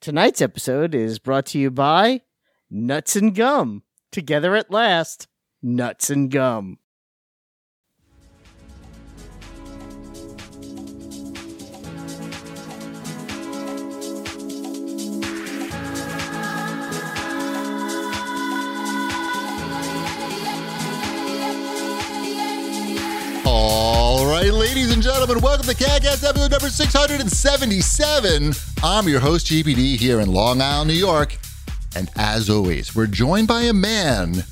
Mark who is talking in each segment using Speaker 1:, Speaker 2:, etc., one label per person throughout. Speaker 1: Tonight's episode is brought to you by Nuts and Gum. Together at last, Nuts and Gum.
Speaker 2: All right, ladies and gentlemen, welcome to CatCast episode number 677. I'm your host, GBD, here in Long Island, New York. And as always, we're joined by a man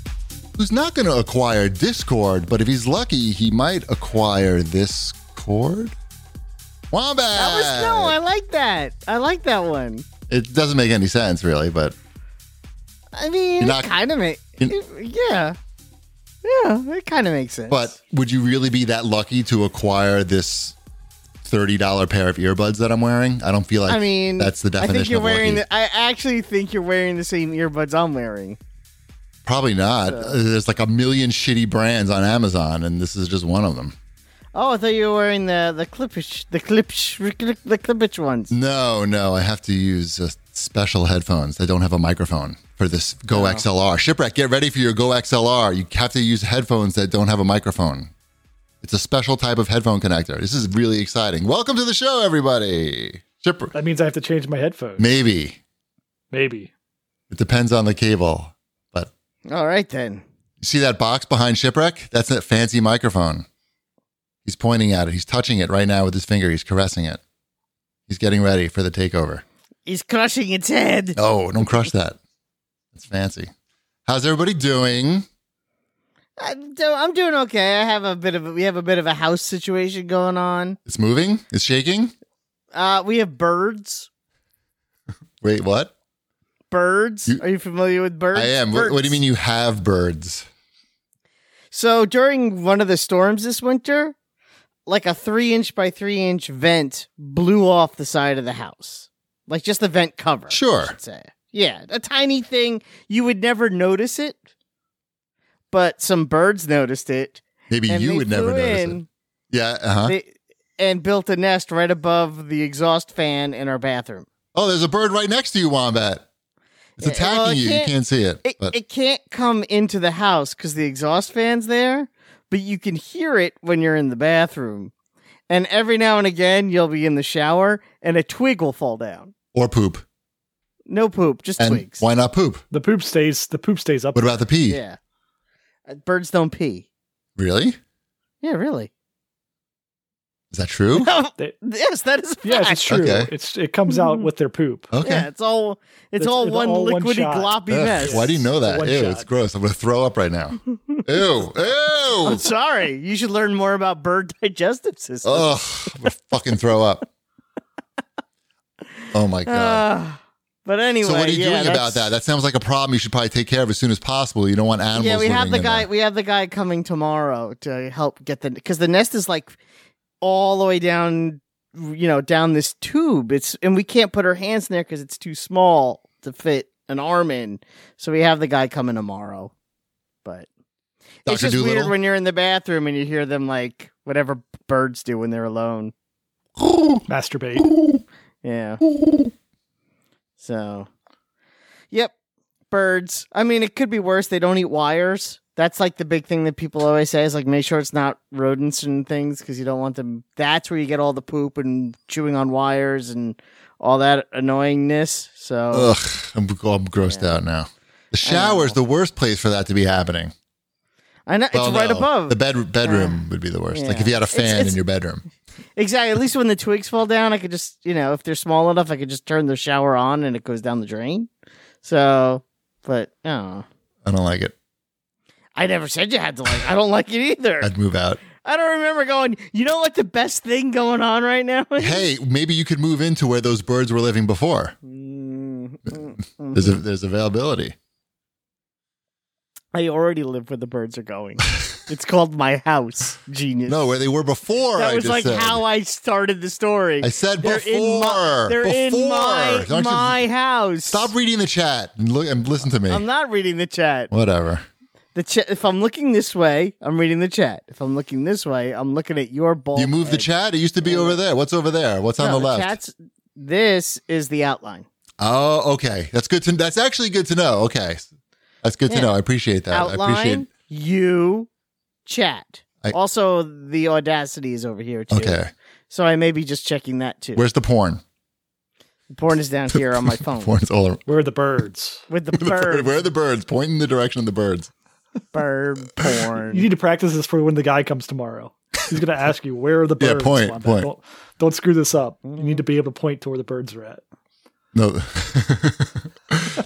Speaker 2: who's not going to acquire Discord, but if he's lucky, he might acquire this chord. Wombat!
Speaker 1: That was no, I like that. I like that one.
Speaker 2: It doesn't make any sense, really, but
Speaker 1: I mean,
Speaker 2: You're not-
Speaker 1: it kind of make
Speaker 2: you're-
Speaker 1: it- yeah, yeah, it kind of makes sense.
Speaker 2: but would you really be that lucky to acquire this $30 pair of earbuds that I'm wearing? I don't feel like
Speaker 1: I mean,
Speaker 2: that's the
Speaker 1: I
Speaker 2: definition
Speaker 1: think you're
Speaker 2: of
Speaker 1: wearing.
Speaker 2: lucky.
Speaker 1: The, I actually think you're wearing the same earbuds I'm wearing.
Speaker 2: Probably not. Uh, There's like a million shitty brands on Amazon, and this is just one of them.
Speaker 1: Oh, I thought you were wearing the the clipish, the clipish, the clipish ones.
Speaker 2: No, no, I have to use uh, special headphones. I don't have a microphone for this Go XLR. Shipwreck, get ready for your Go XLR. You have to use headphones that don't have a microphone. It's a special type of headphone connector. This is really exciting. Welcome to the show, everybody. Shipwreck,
Speaker 3: That means I have to change my headphones.
Speaker 2: maybe
Speaker 3: Maybe.
Speaker 2: it depends on the cable, but
Speaker 1: All right then.
Speaker 2: You see that box behind Shipwreck? That's that fancy microphone. He's pointing at it. He's touching it right now with his finger. He's caressing it. He's getting ready for the takeover.
Speaker 1: He's crushing its head.
Speaker 2: Oh, don't crush that. That's fancy. How's everybody doing?
Speaker 1: I, I'm doing okay. I have a bit of a, we have a bit of a house situation going on.
Speaker 2: It's moving? It's shaking?
Speaker 1: Uh, we have birds.
Speaker 2: Wait, what?
Speaker 1: Birds.
Speaker 2: You-
Speaker 1: Are you familiar with birds?
Speaker 2: I am. What, what do
Speaker 1: Birds.
Speaker 2: you mean you have birds?
Speaker 1: So during one of the storms this winter, like a three inch by three inch vent blew off the side of the house, like just the vent cover. I
Speaker 2: Sure.
Speaker 1: should say. Yeah, a tiny thing. You would never notice it, but some birds noticed it.
Speaker 2: Maybe
Speaker 1: and
Speaker 2: you
Speaker 1: they
Speaker 2: would never
Speaker 1: flew
Speaker 2: notice
Speaker 1: in,
Speaker 2: it. Yeah, uh-huh.
Speaker 1: They, and built a nest right above the exhaust fan in our bathroom.
Speaker 2: oh, there's a bird right next to you, Wombat. It's
Speaker 1: Yeah,
Speaker 2: attacking
Speaker 1: well, I
Speaker 2: you. You
Speaker 1: can't-
Speaker 2: can't see it.
Speaker 1: It,
Speaker 2: but
Speaker 1: it can't come into the house because the exhaust fan's there, but you can hear it when you're in the bathroom. And every now and again, you'll be in the shower and a twig will fall down.
Speaker 2: or poop.
Speaker 1: No poop, just
Speaker 2: And
Speaker 1: twigs.
Speaker 2: why not poop?
Speaker 3: The poop stays the poop stays up.
Speaker 2: What about the pee?
Speaker 1: Yeah. Uh, Birds don't pee.
Speaker 2: Really?
Speaker 1: Yeah, really.
Speaker 2: Is that true?
Speaker 1: yes, that is a fact.
Speaker 3: yes, it's true.
Speaker 2: Okay. Oh.
Speaker 3: It's it comes out with their poop.
Speaker 2: Okay.
Speaker 1: Yeah, it's all it's,
Speaker 3: It's-
Speaker 1: all
Speaker 3: it's
Speaker 1: one
Speaker 3: all one
Speaker 1: liquidy
Speaker 3: shot.
Speaker 1: gloppy
Speaker 2: Ugh,
Speaker 1: mess.
Speaker 2: Why do you know that?
Speaker 3: One
Speaker 2: Ew,
Speaker 3: shot.
Speaker 2: it's gross. I'm gonna throw up right now. Ew, ew.
Speaker 1: I'm sorry. You should learn more about bird digestive system.
Speaker 2: Ugh, I'm gonna fucking throw up. Oh my god.
Speaker 1: Ah. but anyway,
Speaker 2: so what are you
Speaker 1: yeah,
Speaker 2: doing about
Speaker 1: that's-
Speaker 2: that? That sounds like a problem you should probably take care of as soon as possible. You don't want animals.
Speaker 1: Yeah, we have
Speaker 2: living
Speaker 1: the
Speaker 2: in
Speaker 1: guy.
Speaker 2: there.
Speaker 1: We have the guy coming tomorrow to help get the because the nest is like all the way down, you know, down this tube. It's and we can't put our hands in there because it's too small to fit an arm in. So we have the guy coming tomorrow. But it's
Speaker 2: Dr.
Speaker 1: just weird
Speaker 2: Doolittle?
Speaker 1: when you're in the bathroom and you hear them like whatever birds do when they're alone.
Speaker 3: Masturbate.
Speaker 1: Yeah. So, yep, birds. I mean, it could be worse. They don't eat wires. That's like the big thing that people always say is like make sure it's not rodents and things because you don't want them. That's where you get all the poop and chewing on wires and all that annoyingness. So
Speaker 2: Ugh, I'm, I'm grossed
Speaker 1: Yeah.
Speaker 2: out now. The shower's the worst place for that to be happening.
Speaker 1: I know
Speaker 2: Well,
Speaker 1: it's right
Speaker 2: no,
Speaker 1: above.
Speaker 2: the bed bedroom would be the worst. Like
Speaker 1: yeah.
Speaker 2: if you had a
Speaker 1: It's-
Speaker 2: fan
Speaker 1: it's-
Speaker 2: in your bedroom.
Speaker 1: exactly. At least when the twigs fall down, I could just you know if they're small enough, I could just turn the shower on and it goes down the drain. So, but I don't know.
Speaker 2: I don't like it.
Speaker 1: I never said you had to like. I don't like it either.
Speaker 2: I'd move out.
Speaker 1: I don't remember going, you know what the best thing going on right now is?
Speaker 2: Hey, maybe you could move into where those birds were living before.
Speaker 1: Mm, mm, mm.
Speaker 2: There's, a, there's availability.
Speaker 1: I already live where the birds are going. it's called my house, genius.
Speaker 2: No, where they were before.
Speaker 1: that
Speaker 2: I
Speaker 1: was
Speaker 2: just
Speaker 1: like
Speaker 2: said.
Speaker 1: how I started the story.
Speaker 2: I said
Speaker 1: they're
Speaker 2: before.
Speaker 1: in my, they're in
Speaker 2: Before.
Speaker 1: my,
Speaker 2: Don't you-
Speaker 1: my house.
Speaker 2: Stop reading the chat and look and listen to me.
Speaker 1: I'm not reading the chat.
Speaker 2: Whatever.
Speaker 1: The chat. If I'm looking this way, I'm reading the chat. If I'm looking this way, I'm looking at your ball.
Speaker 2: You moved the chat. It used to be over there. What's over there? What's on the left?
Speaker 1: Chat's, this is the outline.
Speaker 2: Oh, okay. That's good to. That's actually good to know. Okay, that's good
Speaker 1: Yeah.
Speaker 2: to know. I appreciate that. I appreciate.
Speaker 1: Outline, you, chat.
Speaker 2: I-
Speaker 1: also, the audacity is over here too.
Speaker 2: Okay,
Speaker 1: So I may be just checking that too.
Speaker 2: where's the porn?
Speaker 1: Porn is down here on my phone
Speaker 2: Porn's all around.
Speaker 3: Where are the birds?
Speaker 1: with the
Speaker 2: The bird-
Speaker 1: bird,
Speaker 2: Where are the birds? Point in the direction of the birds.
Speaker 1: bird
Speaker 3: You
Speaker 1: porn.
Speaker 3: need to practice this for when the guy comes tomorrow. He's going to ask you, where are the
Speaker 2: Yeah,
Speaker 3: birds?
Speaker 2: point,
Speaker 3: Wanda?
Speaker 2: point.
Speaker 3: Don't, don't screw this up. You need to be able to point to where the birds are at.
Speaker 2: No,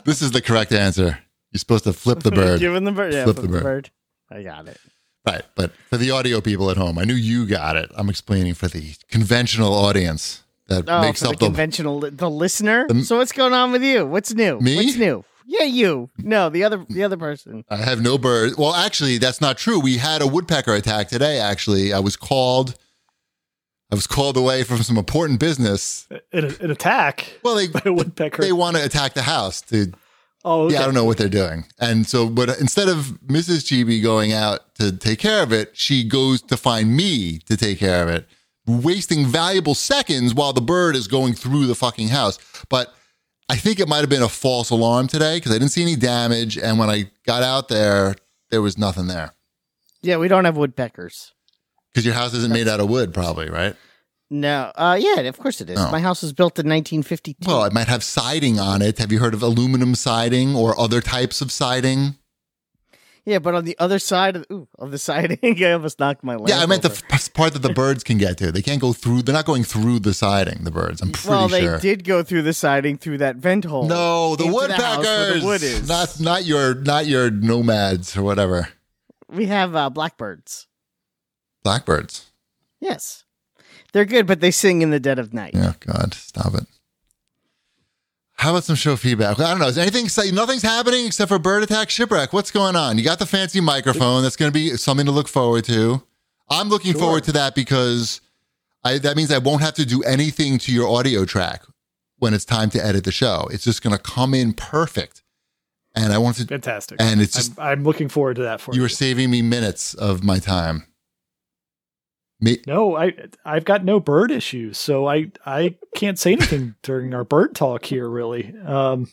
Speaker 2: this is the correct answer. You're supposed to flip the bird.
Speaker 1: Giving the bird. Yeah,
Speaker 2: Flip
Speaker 1: flip
Speaker 2: the
Speaker 1: the
Speaker 2: bird.
Speaker 1: bird. I got it.
Speaker 2: Right, but for the audio people at home, I knew you got it. I'm explaining for the conventional audience that
Speaker 1: Oh,
Speaker 2: makes
Speaker 1: for
Speaker 2: up
Speaker 1: the
Speaker 2: the.
Speaker 1: conventional, the listener.
Speaker 2: The-
Speaker 1: so what's going on with you? What's new?
Speaker 2: Um, Me?
Speaker 1: What's new? Yeah, you. No, the other, the other person.
Speaker 2: I have no birds. Well, actually, that's not true. We had a woodpecker attack today. Actually, I was called. I was called away from some important business.
Speaker 3: An, an attack
Speaker 2: Well, they
Speaker 3: by a woodpecker.
Speaker 2: they want to attack the house to
Speaker 3: oh, okay.
Speaker 2: Yeah, I don't know what they're doing. And so, but instead of Mrs. GB going out to take care of it, she goes to find me to take care of it, wasting valuable seconds while the bird is going through the fucking house. But I think it might have been a false alarm today because I didn't see any damage. And when I got out there, there was nothing there
Speaker 1: Yeah, we don't have woodpeckers.
Speaker 2: because your house isn't made out of wood, probably, right?
Speaker 1: No. Uh, yeah, of course it is.
Speaker 2: No.
Speaker 1: My house was built in 1952.
Speaker 2: Well, it might have siding on it. Have you heard of aluminum siding or other types of siding?
Speaker 1: yeah, but on the other side of the, ooh, of the siding, I almost knocked my lamp.
Speaker 2: Yeah, I meant the
Speaker 1: over.
Speaker 2: f- part that the birds can get to. They can't go through. They're not going through the siding. The birds. I'm pretty
Speaker 1: well, they
Speaker 2: sure.
Speaker 1: did go through the siding through that vent hole.
Speaker 2: No, the
Speaker 1: Into the house where the
Speaker 2: woodpeckers.
Speaker 1: wood is.
Speaker 2: Not not your not your nomads or whatever.
Speaker 1: we have uh, blackbirds.
Speaker 2: Blackbirds.
Speaker 1: Yes, they're good, but they sing in the dead of night.
Speaker 2: Yeah, God, stop it. How about some show feedback? I don't know. Is anything say nothing's happening except for bird attack shipwreck? What's going on? You got the fancy microphone. That's going to be something to look forward to. I'm looking
Speaker 3: Sure.
Speaker 2: forward to that because I, that means I won't have to do anything to your audio track when it's time to edit the show. It's just going to come in perfect, and I want to.
Speaker 3: Fantastic.
Speaker 2: And it's just-
Speaker 3: I'm, I'm looking forward to that for
Speaker 2: You
Speaker 3: you.
Speaker 2: are saving me minutes of my time. Me,
Speaker 3: no, I I've got no bird issues, so I I can't say anything during our bird talk here. Really, um,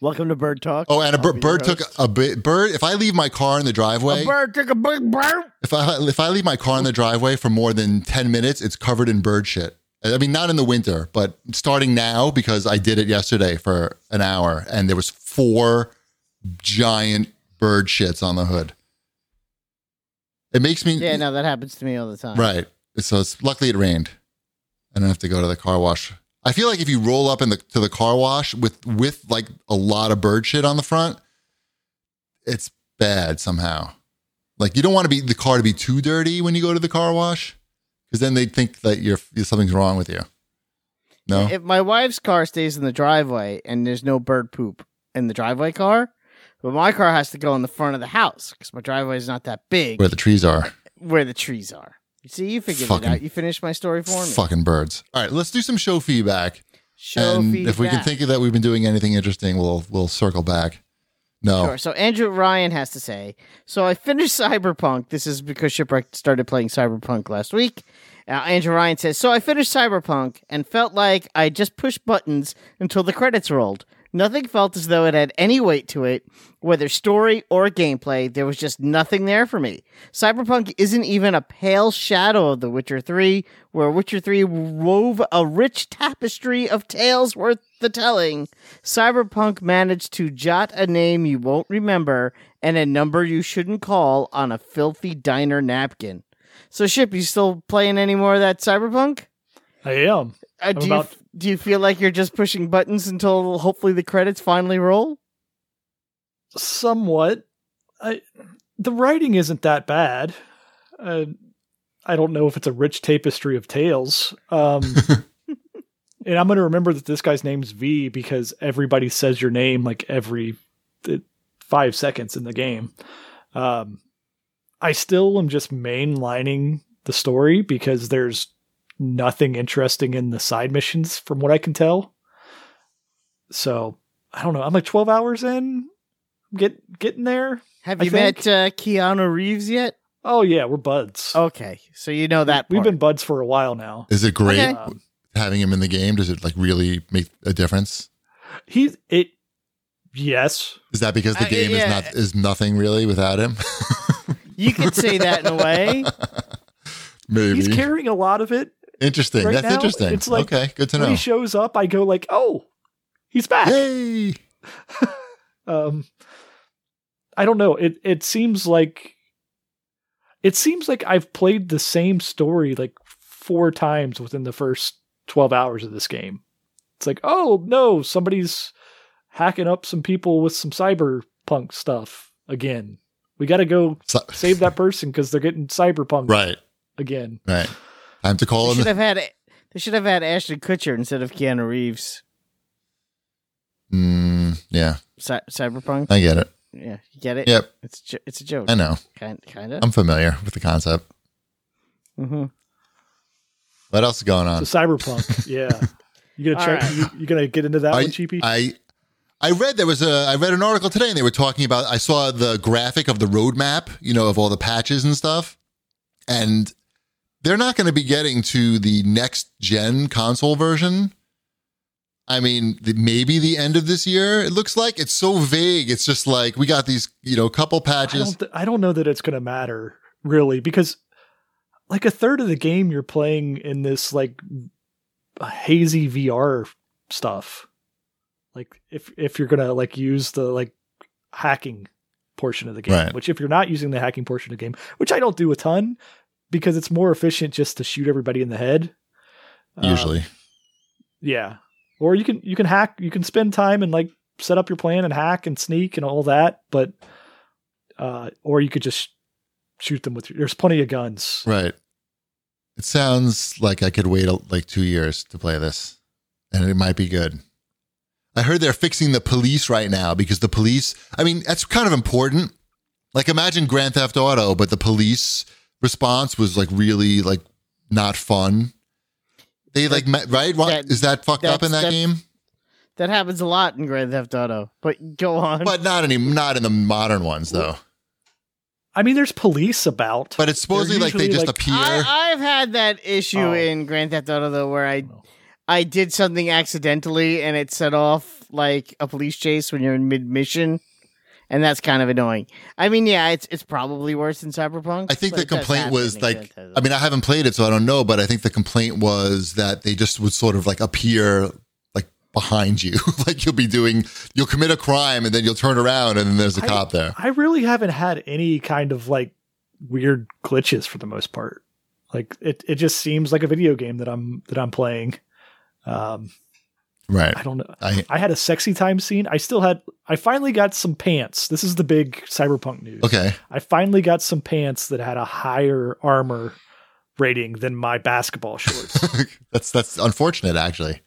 Speaker 1: Welcome to Bird Talk.
Speaker 2: oh, and a
Speaker 1: I'll
Speaker 2: bir-
Speaker 1: be your
Speaker 2: bird took
Speaker 1: host.
Speaker 2: a bit. Bird. If I leave my car in the
Speaker 1: a
Speaker 2: driveway,
Speaker 1: bird took a big bird.
Speaker 2: If I if I leave my car in the driveway for more than ten minutes, it's covered in bird shit. I mean, not in the winter, but starting now because I did it yesterday for an hour, and there was four giant bird shits on the hood. It makes me
Speaker 1: Yeah, no, that happens to me all the time.
Speaker 2: right. So it's, luckily it rained. I don't have to go to the car wash. I feel like if you roll up in the to the car wash with with like a lot of bird shit on the front, it's bad somehow. Like you don't want to be the car to be too dirty when you go to the car wash, because then they think that you're something's wrong with you. No,
Speaker 1: If my wife's car stays in the driveway and there's no bird poop in the driveway car, but my car has to go in the front of the house because my driveway is not that big
Speaker 2: where the trees are.
Speaker 1: where the trees are. You see, you figured
Speaker 2: Fucking-
Speaker 1: it out. You finished my story for me.
Speaker 2: Fucking birds. All right, let's do some show feedback.
Speaker 1: Show
Speaker 2: and if we can
Speaker 1: feedback.
Speaker 2: think of that we've been doing anything interesting, we'll we'll circle back. No,
Speaker 1: Sure. So Andrew Ryan has to say, so I finished Cyberpunk. This is because Shipwreck started playing Cyberpunk last week. Uh, Andrew Ryan says, so I finished Cyberpunk and felt like I just pushed buttons until the credits rolled. Nothing felt as though it had any weight to it, whether story or gameplay. There was just nothing there for me. Cyberpunk isn't even a pale shadow of The Witcher 3, where Witcher 3 wove a rich tapestry of tales worth the telling. Cyberpunk managed to jot a name you won't remember and a number you shouldn't call on a filthy diner napkin. So, Ship, you still playing any more of that Cyberpunk?
Speaker 3: I am.
Speaker 1: Uh, do,
Speaker 3: about-
Speaker 1: you, do you feel like you're just pushing buttons until hopefully the credits finally roll?
Speaker 3: somewhat. I, the writing isn't that bad. Uh, I don't know if it's a rich tapestry of tales. Um, and I'm going to remember that this guy's name's V because everybody says your name like every th- five seconds in the game. Um, I still am just mainlining the story because there's nothing interesting in the side missions from what I can tell. So I don't know. I'm like 12 hours in get getting there.
Speaker 1: Have
Speaker 3: I
Speaker 1: you
Speaker 3: think-
Speaker 1: met uh, Keanu Reeves yet?
Speaker 3: Oh yeah, we're buds.
Speaker 1: Okay, so you know that.
Speaker 3: We've
Speaker 1: part.
Speaker 3: been buds for a while now.
Speaker 2: is it great
Speaker 1: Okay.
Speaker 3: Um,
Speaker 2: having him in the game? Does it like really make a difference?
Speaker 3: He's it. Yes,
Speaker 2: Is that because the
Speaker 1: Uh,
Speaker 2: game
Speaker 1: yeah.
Speaker 2: is not is nothing really without him?
Speaker 1: You could say that in a way.
Speaker 2: Maybe.
Speaker 3: he's carrying a lot of it.
Speaker 2: interesting.
Speaker 3: right
Speaker 2: That's
Speaker 3: now,
Speaker 2: interesting.
Speaker 3: it's like-
Speaker 2: okay, good to
Speaker 3: When
Speaker 2: know.
Speaker 3: he shows up, I go like, "Oh, he's back."
Speaker 2: Yay!
Speaker 3: um i don't know it it seems like it seems like i've played the same story like four times within the first 12 hours of this game it's like oh no somebody's hacking up some people with some cyberpunk stuff again we got to go
Speaker 2: So-
Speaker 3: save that person because they're getting cyberpunk
Speaker 2: Right,
Speaker 3: again
Speaker 2: right. Time to call
Speaker 1: They
Speaker 2: him.
Speaker 1: should have had they should have had Ashton Kutcher instead of Keanu Reeves.
Speaker 2: Mm, yeah,
Speaker 1: Cy- Cyberpunk.
Speaker 2: I get it.
Speaker 1: Yeah, you get it.
Speaker 2: Yep,
Speaker 1: It's jo- it's a joke.
Speaker 2: I know.
Speaker 1: Kind kind of.
Speaker 2: I'm familiar with the concept.
Speaker 1: hmm
Speaker 2: What else is going on?
Speaker 3: so cyberpunk yeah you gonna
Speaker 1: All
Speaker 3: check
Speaker 1: right.
Speaker 3: you, you gonna get into that
Speaker 2: Are
Speaker 3: one
Speaker 2: you-
Speaker 3: cheapy
Speaker 2: I I read there was a I read an article today and they were talking about I saw the graphic of the roadmap, you know, of all the patches and stuff. And they're not going to be getting to the next gen console version. I mean, the, maybe the end of this year. It looks like it's so vague. It's just like we got these, you know, couple
Speaker 3: I
Speaker 2: patches.
Speaker 3: don't, th- I don't know that it's going to matter really because like a third of the game you're playing in this like hazy VR stuff. Like if if you're going to like use the like hacking portion of the game,
Speaker 2: Right.
Speaker 3: which if you're not using the hacking portion of the game, which I don't do a ton because it's more efficient just to shoot everybody in the head. Uh,
Speaker 2: Usually,
Speaker 3: yeah. Or you can you can hack you can spend time and like set up your plan and hack and sneak and all that, but uh or you could just shoot them with your, there's plenty of guns.
Speaker 2: right? It sounds like I could wait uh, like two years to play this, and it might be good. I heard they're fixing the police right now because the police, I mean, that's kind of important. Like imagine Grand Theft Auto, but the police response was like really like not fun. They like met, right? Ron-
Speaker 1: That-
Speaker 2: Is that fucked up in that
Speaker 1: that's-
Speaker 2: game?
Speaker 1: That happens a lot in Grand Theft Auto. But go on.
Speaker 2: But not any not in the modern ones though.
Speaker 3: I mean there's police about.
Speaker 2: But it's supposedly like they
Speaker 3: usually,
Speaker 2: just
Speaker 3: like-
Speaker 2: appear.
Speaker 1: I, I've had that issue
Speaker 3: Oh.
Speaker 1: in Grand Theft Auto though, where I
Speaker 2: Oh.
Speaker 3: know.
Speaker 1: I did something accidentally and it set off like a police chase when you're in mid mission, and that's kind of annoying. I mean, yeah, it's it's probably worse than Cyberpunk.
Speaker 2: I think
Speaker 1: but
Speaker 2: the
Speaker 1: it does
Speaker 2: complaint
Speaker 1: happen
Speaker 2: was
Speaker 1: in Grand
Speaker 2: like,
Speaker 1: Theft Auto.
Speaker 2: I mean, I haven't played it, so I don't know, but I think the complaint was that they just would sort of like appear like behind you. like you'll be doing, you'll commit a crime and then you'll turn around and then there's a
Speaker 3: I-
Speaker 2: cop there.
Speaker 3: I really haven't had any kind of like weird glitches for the most part. Like it it just seems like a video game that I'm that I'm playing. Um
Speaker 2: Right.
Speaker 3: I don't know.
Speaker 2: I,
Speaker 3: I had a sexy time scene. I still had I finally got some pants. This is the big cyberpunk news.
Speaker 2: okay.
Speaker 3: I finally got some pants that had a higher armor rating than my basketball shorts,
Speaker 2: that's, that's unfortunate actually.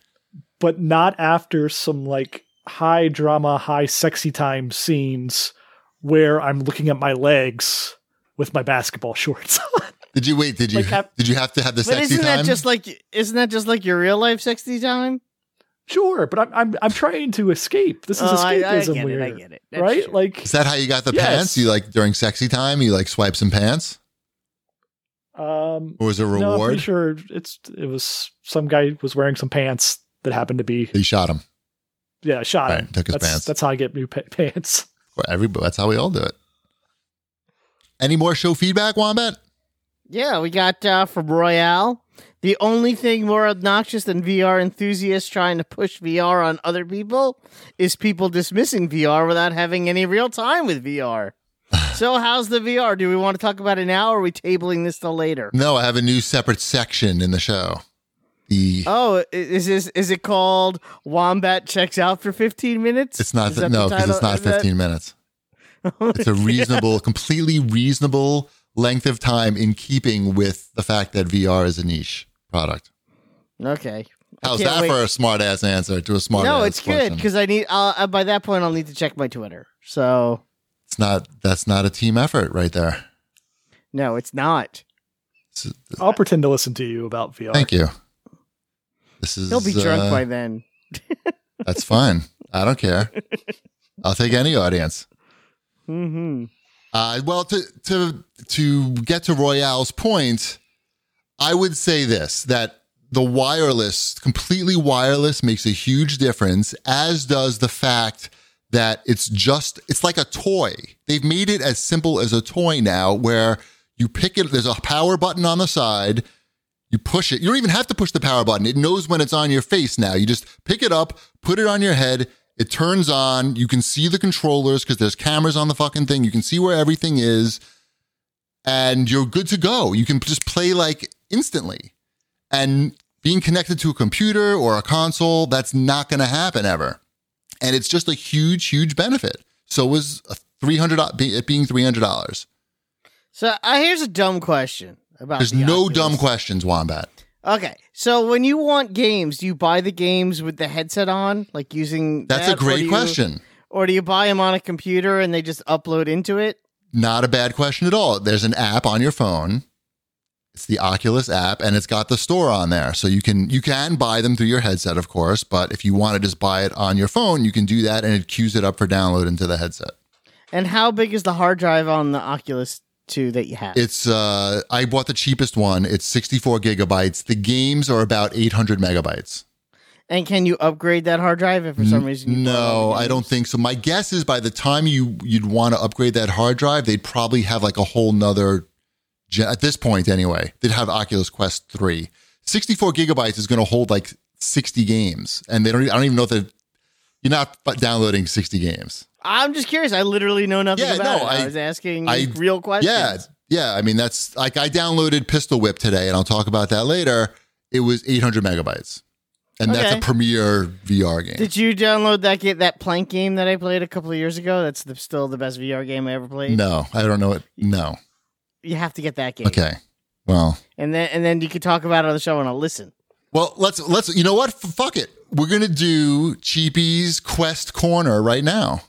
Speaker 3: but not after some like high drama, high sexy time scenes where I'm looking at my legs with my basketball shorts on.
Speaker 2: Did you wait? Did you,
Speaker 3: Like, I-
Speaker 2: did you have to have the
Speaker 1: But
Speaker 2: sexy
Speaker 1: isn't
Speaker 2: time?
Speaker 1: that just like isn't that just like your real life sexy time?
Speaker 3: sure, but I'm I'm, I'm trying to escape. This is
Speaker 1: Oh, I, I
Speaker 3: escapism
Speaker 1: get
Speaker 3: weird,
Speaker 1: it. I get it. That's
Speaker 3: right?
Speaker 1: true.
Speaker 3: Like
Speaker 2: Is that how you got the
Speaker 3: Yes.
Speaker 2: pants? You like during sexy time, you like swipe some pants
Speaker 3: um
Speaker 2: or was it a
Speaker 3: No, I'm pretty
Speaker 2: reward?
Speaker 3: sure it's it was some guy was wearing some pants that happened to be
Speaker 2: They shot him.
Speaker 3: yeah shot
Speaker 2: Right,
Speaker 3: him.
Speaker 2: took his
Speaker 3: that's,
Speaker 2: pants.
Speaker 3: That's how I get new pa- pants.
Speaker 2: Well, every, that's how we all do it. Any more show feedback, Wombat?
Speaker 1: Yeah, we got uh, from Royale. The only thing more obnoxious than VR enthusiasts trying to push VR on other people is people dismissing VR without having any real time with VR. so, how's the VR? Do we want to talk about it now or are we tabling this till later?
Speaker 2: No, I have a new separate section in the show. The
Speaker 1: Oh, i- is this is it called Wombat checks out for 15 minutes?
Speaker 2: it's not
Speaker 1: Is that
Speaker 2: th- no
Speaker 1: the
Speaker 2: because it's
Speaker 1: title?
Speaker 2: not
Speaker 1: Is that-
Speaker 2: 15 minutes. It's a reasonable, completely reasonable length of time in keeping with the fact that VR is a niche product.
Speaker 1: Okay. I
Speaker 2: How's
Speaker 1: can't
Speaker 2: that
Speaker 1: wait.
Speaker 2: for a smart ass answer to a smart?
Speaker 1: No,
Speaker 2: ass
Speaker 1: it's good
Speaker 2: question?
Speaker 1: because I need. I'll, uh, by that point, I'll need to check my Twitter. So
Speaker 2: It's not. That's not a team effort, right there.
Speaker 1: no, it's not.
Speaker 2: It's-
Speaker 3: I'll pretend to listen to you about VR.
Speaker 2: thank you. This is.
Speaker 1: He'll be drunk
Speaker 2: uh,
Speaker 1: by then.
Speaker 2: That's fine. I don't care. I'll take any audience.
Speaker 1: Mm-hmm.
Speaker 2: Uh, well, to to to get to Royale's point, I would say this: that the wireless, completely wireless, makes a huge difference, as does the fact that it's just, it's like a toy. They've made it as simple as a toy now where you pick it, there's a power button on the side, you push it. You don't even have to push the power button, it knows when it's on your face now. You just pick it up, put it on your head. It turns on. You can see the controllers because there's cameras on the fucking thing. You can see where everything is and you're good to go. You can just play like instantly. And being connected to a computer or a console, that's not going to happen ever. And it's just a huge, huge benefit. So was a three hundred it being three hundred dollars.
Speaker 1: So uh, here's a dumb question about.
Speaker 2: There's
Speaker 1: the
Speaker 2: no
Speaker 1: Oculus.
Speaker 2: dumb questions, Wombat.
Speaker 1: Okay, so when you want games, do you buy the games with the headset on, like using?
Speaker 2: That's
Speaker 1: that, or
Speaker 2: a great
Speaker 1: do you-
Speaker 2: question.
Speaker 1: Or do you buy them on a computer and they just upload into it?
Speaker 2: Not a bad question at all. There's an app on your phone. It's the Oculus app and it's got the store on there. So you can you can buy them through your headset, of course, but if you want to just buy it on your phone, you can do that and it queues it up for download into the headset.
Speaker 1: And how big is the hard drive on the Oculus Two that you have?
Speaker 2: It's uh I bought the cheapest one. It's 64 gigabytes. The games are about 800 megabytes.
Speaker 1: and can you upgrade that hard drive if for some reason? You bought all
Speaker 2: No,
Speaker 1: the
Speaker 2: I
Speaker 1: games?
Speaker 2: don't think so. My guess is by the time you you'd want to upgrade that hard drive, they'd probably have like a whole nother gen- at this point anyway. They'd have Oculus Quest 3. 64 gigabytes is going to hold like 60 games and they don't I don't even know if they you're not f- downloading 60 games.
Speaker 1: I'm just curious. I literally know nothing
Speaker 2: Yeah,
Speaker 1: about
Speaker 2: no,
Speaker 1: it. I,
Speaker 2: I-
Speaker 1: was asking
Speaker 2: I-
Speaker 1: real questions.
Speaker 2: Yeah. Yeah, I mean that's like I downloaded Pistol Whip today and I'll talk about that later. It was 800 megabytes. And that's a
Speaker 1: Okay.
Speaker 2: premier VR game.
Speaker 1: Did you download that get that plank game that I played a couple of years ago? That's the, still the best VR game I ever played.
Speaker 2: no, I don't know it. No.
Speaker 1: You have to get that game.
Speaker 2: Okay. Well,
Speaker 1: And then and then you can talk about it on the show and I'll listen.
Speaker 2: Well, let's let's you know what? F- fuck it. We're gonna do Cheapy's Quest Corner right now.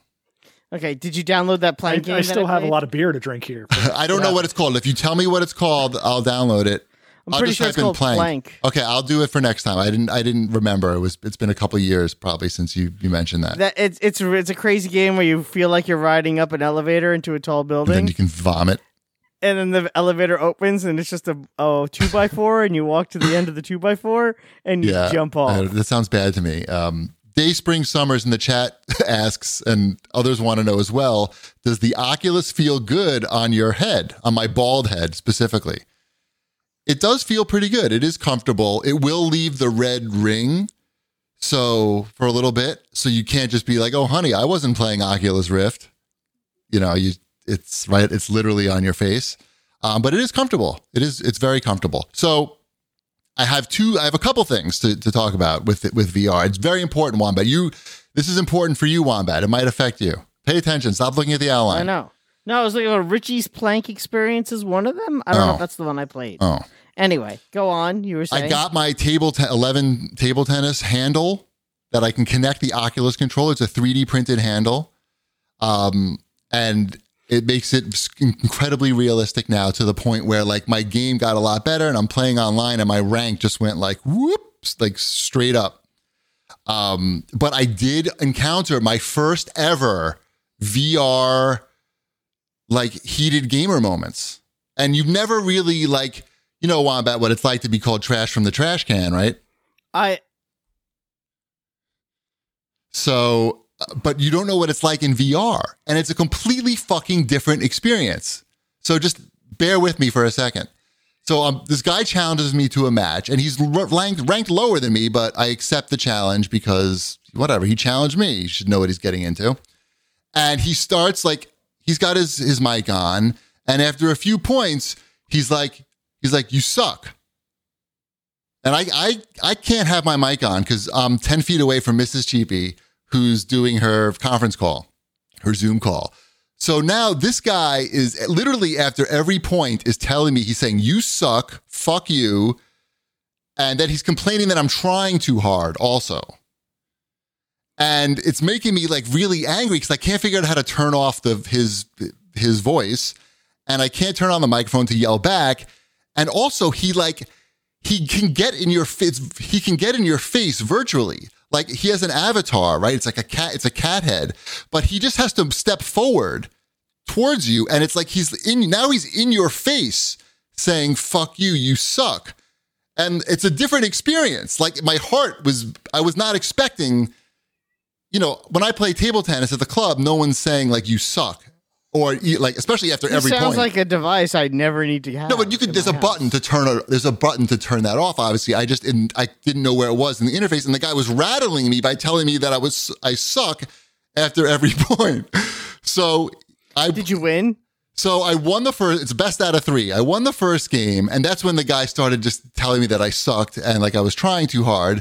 Speaker 1: Okay, did you download that
Speaker 3: I,
Speaker 1: plank game?
Speaker 3: I
Speaker 1: that
Speaker 3: still have a
Speaker 1: played?
Speaker 3: lot of beer to drink here.
Speaker 2: I don't know what it's called. If you tell me what it's called, I'll download it.
Speaker 1: I'm
Speaker 2: I'll
Speaker 1: pretty
Speaker 2: just
Speaker 1: sure it's
Speaker 2: type in
Speaker 1: called
Speaker 2: plank.
Speaker 1: plank.
Speaker 2: Okay, I'll do it for next time. I didn't I didn't remember. It was it's been a couple years probably since you you mentioned that.
Speaker 1: That it's it's it's a crazy game where you feel like you're riding up an elevator into a tall
Speaker 2: and then
Speaker 1: building,
Speaker 2: you can vomit.
Speaker 1: and then the elevator opens and it's just a oh two by four, and you walk to the end of the two by four and you
Speaker 2: Yeah,
Speaker 1: jump off.
Speaker 2: Uh, that sounds bad to me. Um, Dayspring Summers in the chat asks, and others want to know as well. Does the Oculus feel good on your head, on my bald head specifically? It does feel pretty good. It is comfortable. It will leave the red ring, so for a little bit, so you can't just be like, "Oh, honey, I wasn't playing Oculus Rift." You know, you it's right. It's literally on your face, um, but it is comfortable. It is. It's very comfortable. So I have two. I have a couple things to, to talk about with with VR. It's very important, Wombat. You, this is important for you, Wombat. It might affect you. Pay attention. Stop looking at the
Speaker 1: I
Speaker 2: outline.
Speaker 1: know. No, I was looking at Richie's plank experience is one of them. I don't know
Speaker 2: Oh.
Speaker 1: if that's the one I played.
Speaker 2: Oh,
Speaker 1: Anyway, go on. You were saying
Speaker 2: I got my table te- eleven table tennis handle that I can connect the Oculus controller. It's a three D printed handle, um, and it makes it s- incredibly realistic now to the point where like my game got a lot better, and I'm playing online, and my rank just went like whoops, like straight up. Um, but I did encounter my first ever VR like heated gamer moments. And you've never really like, you know, Wombat, what it's like to be called trash from the trash can, right?
Speaker 1: I
Speaker 2: So, uh, but you don't know what it's like in VR. And it's a completely fucking different experience. So just bear with me for a second. So um, this guy challenges me to a match, and he's r- ranked, ranked lower than me, but I accept the challenge because whatever he challenged me, he should know what he's getting into. And he starts like he's got his his mic on, and after a few points, he's like he's like you suck. And I I I can't have my mic on because I'm ten feet away from Mrs. Cheapy, who's doing her conference call, her Zoom call. So now this guy is literally after every point is telling me he's saying you suck, fuck you, and that he's complaining that I'm trying too hard also. And it's making me like really angry cuz I can't figure out how to turn off the his his voice and I can't turn on the microphone to yell back and also he like he can get in your face he can get in your face virtually like he has an avatar right it's like a cat it's a cat head but he just has to step forward towards you and it's like he's in now he's in your face saying fuck you you suck and it's a different experience. Like my heart was, I was not expecting. You know, when I play table tennis at the club, no one's saying like you suck, or you- like especially after
Speaker 1: It
Speaker 2: every
Speaker 1: sounds
Speaker 2: point.
Speaker 1: like a device I never need to have.
Speaker 2: no, but you
Speaker 1: in
Speaker 2: could. There's
Speaker 1: my
Speaker 2: a
Speaker 1: house.
Speaker 2: button to turn. A, there's a button to turn that off. Obviously, I just didn't. I didn't know where it was in the interface, and the guy was rattling me by telling me that I was I suck after every point. So I
Speaker 1: Did you win?
Speaker 2: so I won the first. It's best out of three. I won the first game, and that's when the guy started just telling me that I sucked and like I was trying too hard.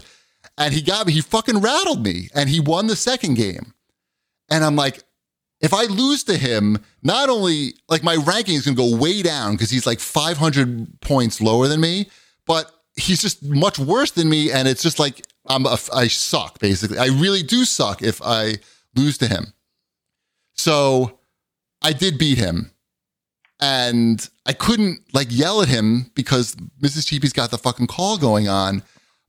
Speaker 2: And he got me. He fucking rattled me, and he won the second game. And I'm like, if I lose to him, not only like my ranking is gonna go way down because he's like 500 points lower than me, but he's just much worse than me, and it's just like I'm a, I suck basically. I really do suck if I lose to him. So I did beat him and I couldn't like yell at him because Mrs. Cheapy's got the fucking call going on.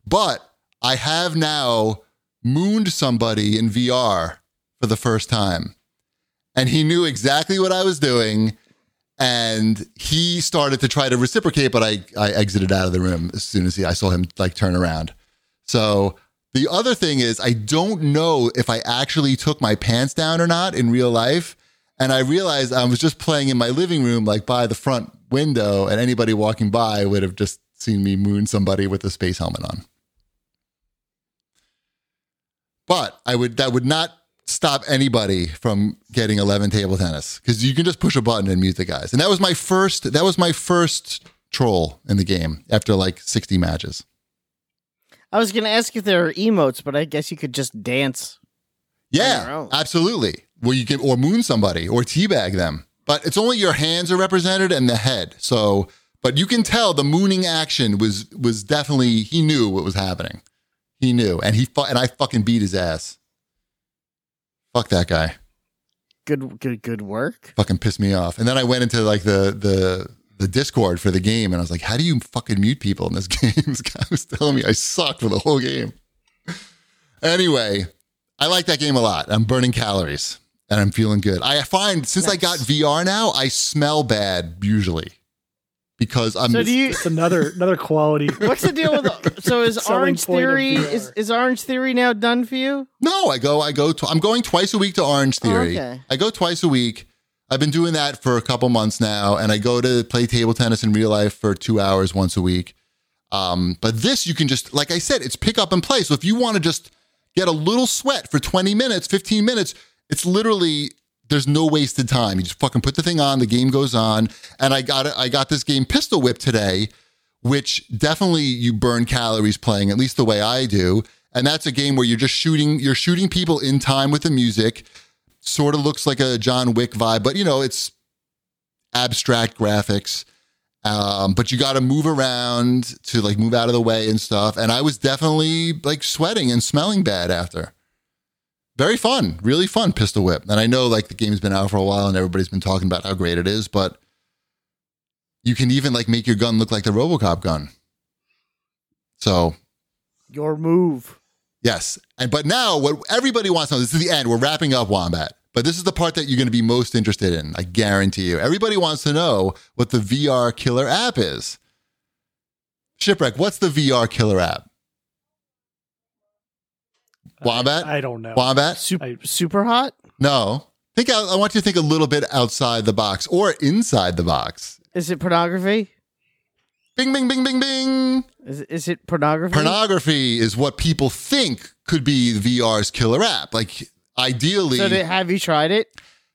Speaker 2: But I have now mooned somebody in VR for the first time. And he knew exactly what I was doing. And he started to try to reciprocate, but I, I exited out of the room as soon as he, I saw him like turn around. So the other thing is, I don't know if I actually took my pants down or not in real life. And I realized I was just playing in my living room, like by the front window, and anybody walking by would have just seen me moon somebody with a space helmet on. But I would that would not stop anybody from getting eleven table tennis because you can just push a button and mute the guys. And that was my first. That was my first troll in the game after like sixty matches.
Speaker 1: I was going to ask if there are emotes, but I guess you could just dance. On your
Speaker 2: Yeah,
Speaker 1: own.
Speaker 2: absolutely. Well, you can or moon somebody or teabag them, but it's only your hands are represented and the head. So, but you can tell the mooning action was was definitely he knew what was happening. He knew, and he fu- and I fucking beat his ass. Fuck that guy.
Speaker 1: Good, good, good work.
Speaker 2: Fucking pissed me off. And then I went into like the the the Discord for the game, and I was like, "How do you fucking mute people in this game?" this guy was telling me I sucked for the whole game. Anyway, I like that game a lot. I'm burning calories and I'm feeling good. I find since I got
Speaker 1: Nice.
Speaker 2: VR now, I smell bad usually because I'm.
Speaker 1: So do you?
Speaker 3: It's another another quality.
Speaker 1: What's the deal with? So is
Speaker 3: Selling
Speaker 1: Orange
Speaker 3: point of
Speaker 1: Theory
Speaker 3: VR.
Speaker 1: is is Orange Theory now done for you?
Speaker 2: no, I go. I go. To, I'm going twice a week to Orange Theory.
Speaker 1: Oh, okay.
Speaker 2: I go twice a week. I've been doing that for a couple months now, and I go to play table tennis in real life for two hours once a week. Um, but this, you can just, like I said, it's pick up and play. So if you want to just get a little sweat for 20 minutes, 15 minutes, it's literally there's no wasted time. You just fucking put the thing on, the game goes on. And I got it, I got this game Pistol Whip today, which definitely you burn calories playing, at least the way I do. And that's a game where you're just shooting, you're shooting people in time with the music. Sort of looks like a John Wick vibe, but you know, it's abstract graphics um, but you got to move around to like move out of the way and stuff. And I was definitely like sweating and smelling bad after. Very fun, really fun pistol whip. And I know like the game's been out for a while and everybody's been talking about how great it is, but you can even like make your gun look like the RoboCop gun. So
Speaker 1: Your move.
Speaker 2: Yes. And but now what everybody wants to know, this is the end. We're wrapping up Wombat. But this is the part that you're going to be most interested in. I guarantee you. Everybody wants to know what the VR killer app is. Shipwreck, what's the VR killer app? Wombat?
Speaker 3: Uh, I don't know.
Speaker 2: Wombat?
Speaker 1: Super,
Speaker 3: I-
Speaker 1: super hot.
Speaker 2: No. Think I, I want you to think a little bit outside the box or inside the box.
Speaker 1: Is it pornography?
Speaker 2: Bing bing bing bing bing.
Speaker 1: Is is it pornography?
Speaker 2: Pornography is what people think could be VR's killer app. Like ideally
Speaker 1: so did, have you tried it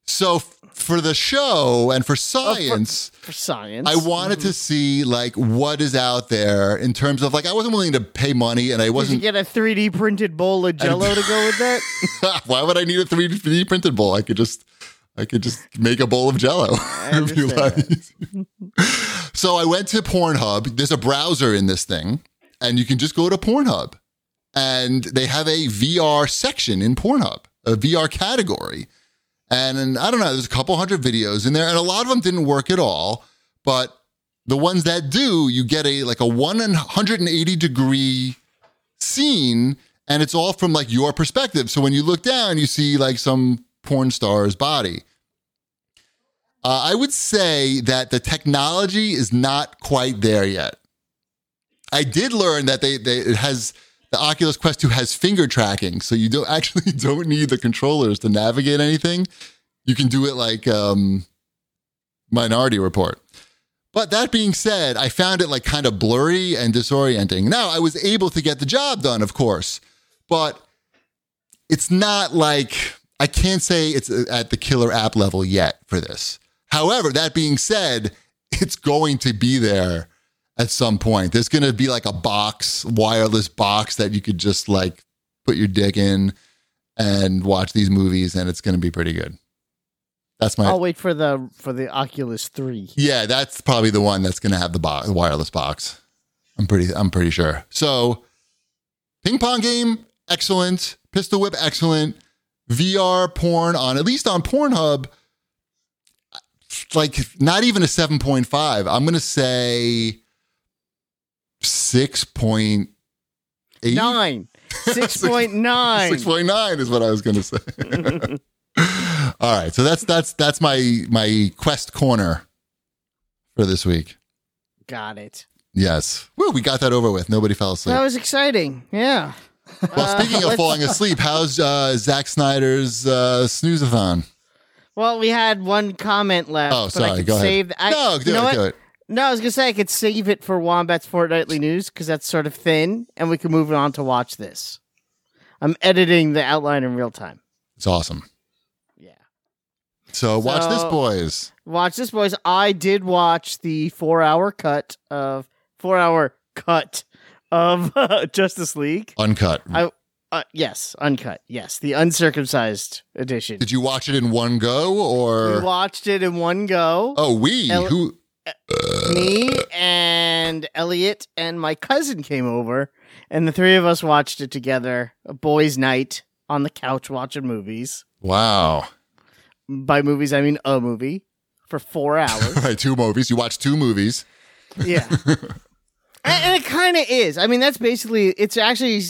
Speaker 2: So f- for the show and for science,
Speaker 1: for Mm-hmm. science?
Speaker 2: I wanted to see like what is out there in terms of like I wasn't willing to pay money and I
Speaker 1: Did you
Speaker 2: wasn't.
Speaker 1: get a 3D printed bowl of Jello to go with that?
Speaker 2: why would I need a three D printed bowl? I could just I could just make a bowl of Jello. It'd be a lot easier. so I went to Pornhub. There's a browser in this thing, and you can just go to Pornhub, and they have a VR section in Pornhub, a VR category. And, and I don't know, there's a couple hundred videos in there, and a lot of them didn't work at all. But the ones that do, you get a like a 180 degree scene, and it's all from like your perspective. So when you look down, you see like some porn star's body. Uh, I would say that the technology is not quite there yet. I did learn that they, they it has the Oculus Quest 2 has finger tracking, so you don't actually don't need the controllers to navigate anything. You can do it like um, Minority Report. But that being said, I found it like kind of blurry and disorienting. Now I was able to get the job done, of course, but it's not like I can't say it's uh, at the killer app level yet for this. However, that being said, it's going to be there at some point. There's going to be like a box, wireless box that you could just like put your dick in and watch these movies, and it's going to be pretty good. That's my
Speaker 1: I'll wait for the for the Oculus Three.
Speaker 2: yeah. That's probably the one that's going to have the bo- wireless box. I'm pretty I'm pretty sure. So, ping pong game excellent, pistol whip excellent, VR porn on at least on Pornhub. Like not even a seven point five. I'm gonna say six point eight.
Speaker 1: Nine. Six point nine.
Speaker 2: Six point nine is what I was going to say. All right, so that's that's that's my my quest corner for this week.
Speaker 1: Got it.
Speaker 2: Yes, Woo, we got that over with. Nobody fell asleep.
Speaker 1: That was exciting. Yeah. Uh,
Speaker 2: well, speaking of
Speaker 1: let's-
Speaker 2: falling asleep, how's uh, Zack Snyder's uh, snooze-a-thon?
Speaker 1: Well, we had one comment left.
Speaker 2: Oh,
Speaker 1: but I
Speaker 2: sorry.
Speaker 1: could
Speaker 2: Go ahead.
Speaker 1: save I,
Speaker 2: no, do
Speaker 1: you know
Speaker 2: it.
Speaker 1: what?
Speaker 2: Do it.
Speaker 1: No, I was gonna say I could save it for Wombat's Fortnightly News because that's sort of thin, and we can move on to watch this. I'm editing the outline in real time.
Speaker 2: It's awesome.
Speaker 1: Yeah.
Speaker 2: So watch
Speaker 1: So-
Speaker 2: this, boys.
Speaker 1: Watch this, boys. I did watch the four hour cut of four hour cut of Justice League.
Speaker 2: Uncut.
Speaker 1: I- Uh, yes, uncut. Yes, the uncircumcised edition.
Speaker 2: Did you watch it in one go or?
Speaker 1: we watched it in one go.
Speaker 2: oh, we
Speaker 1: Ele-
Speaker 2: who?
Speaker 1: me and Elliot and my cousin came over, and the three of us watched it together. A boys' night on the couch watching movies.
Speaker 2: Wow.
Speaker 1: By movies, I mean a movie for four hours.
Speaker 2: Right, two movies. You watched two movies.
Speaker 1: yeah, and, and it kind of is. I mean, that's basically. It's actually.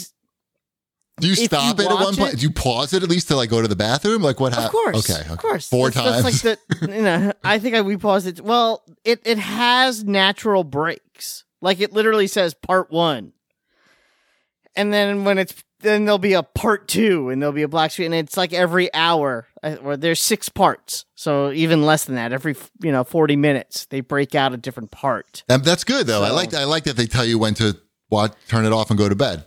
Speaker 2: Do you
Speaker 1: If
Speaker 2: stop
Speaker 1: you
Speaker 2: it at one
Speaker 1: watch
Speaker 2: point?
Speaker 1: it-
Speaker 2: Do you pause it at least to like go to the bathroom? Like what
Speaker 1: Of
Speaker 2: happened?
Speaker 1: course,
Speaker 2: Okay. okay.
Speaker 1: of course.
Speaker 2: Four
Speaker 1: That's-
Speaker 2: times.
Speaker 1: That's like the, you know, I think I we paused it. Well, it it has natural breaks. Like it literally says part one, and then when it's then there'll be a part two, and there'll be a black screen, and it's like every hour, uh, or there's six parts, so even less than that. Every you know forty minutes, they break out a different part.
Speaker 2: Um, that's good though. I
Speaker 1: So-
Speaker 2: like I like that they tell you when to watch, turn it off and go to bed.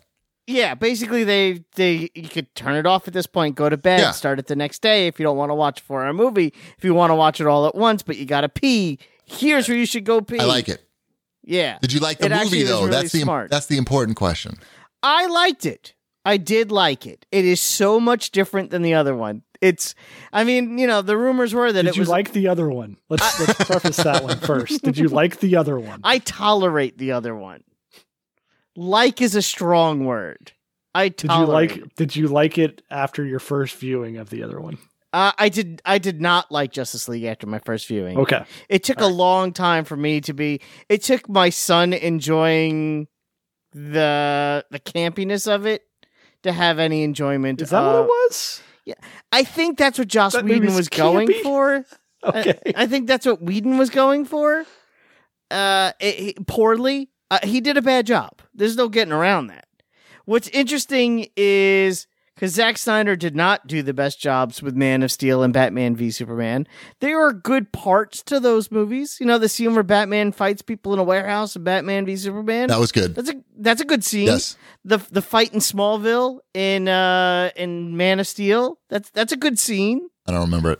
Speaker 1: Yeah, basically they they you could turn it off at this point, go to bed,
Speaker 2: Yeah.
Speaker 1: start it the next day if you don't want to watch a four hour movie. If you want to watch it all at once, but you gotta pee, here's where you should go pee.
Speaker 2: I like it.
Speaker 1: Yeah.
Speaker 2: Did you like the
Speaker 1: It actually
Speaker 2: movie
Speaker 1: is
Speaker 2: though?
Speaker 1: really
Speaker 2: that's the
Speaker 1: smart.
Speaker 2: that's the important question.
Speaker 1: I liked it. I did like it. It is so much different than the other one. It's I mean, you know, the rumors were that
Speaker 3: Did
Speaker 1: it
Speaker 3: you
Speaker 1: was
Speaker 3: like the other one? Let's, let's preface that one first. Did you like the other one?
Speaker 1: I tolerate the other one. Like is a strong word. I
Speaker 3: Did you
Speaker 1: tolerate.
Speaker 3: like? Did you like it after your first viewing of the other one?
Speaker 1: Uh, I did. I did not like Justice League after my first viewing.
Speaker 3: Okay.
Speaker 1: It took a long time for me to be. It took my son enjoying the the campiness of it to have any enjoyment.
Speaker 3: Is that what
Speaker 1: of-
Speaker 3: it was?
Speaker 1: I think that's what Joss
Speaker 3: That
Speaker 1: Whedon
Speaker 3: movie's
Speaker 1: was going
Speaker 3: campy?
Speaker 1: for.
Speaker 3: Okay.
Speaker 1: I think that's what Whedon was going for. Uh, it, it- poorly, uh, he did a bad job. There's no getting around that. What's interesting is because Zack Snyder did not do the best jobs with Man of Steel and Batman v Superman. There are good parts to those movies. You know, the scene where Batman fights people in a warehouse in Batman v Superman.
Speaker 2: That was good.
Speaker 1: That's a that's a good scene.
Speaker 2: Yes.
Speaker 1: The the fight in Smallville in uh in Man of Steel. That's that's a good scene.
Speaker 2: I don't remember it.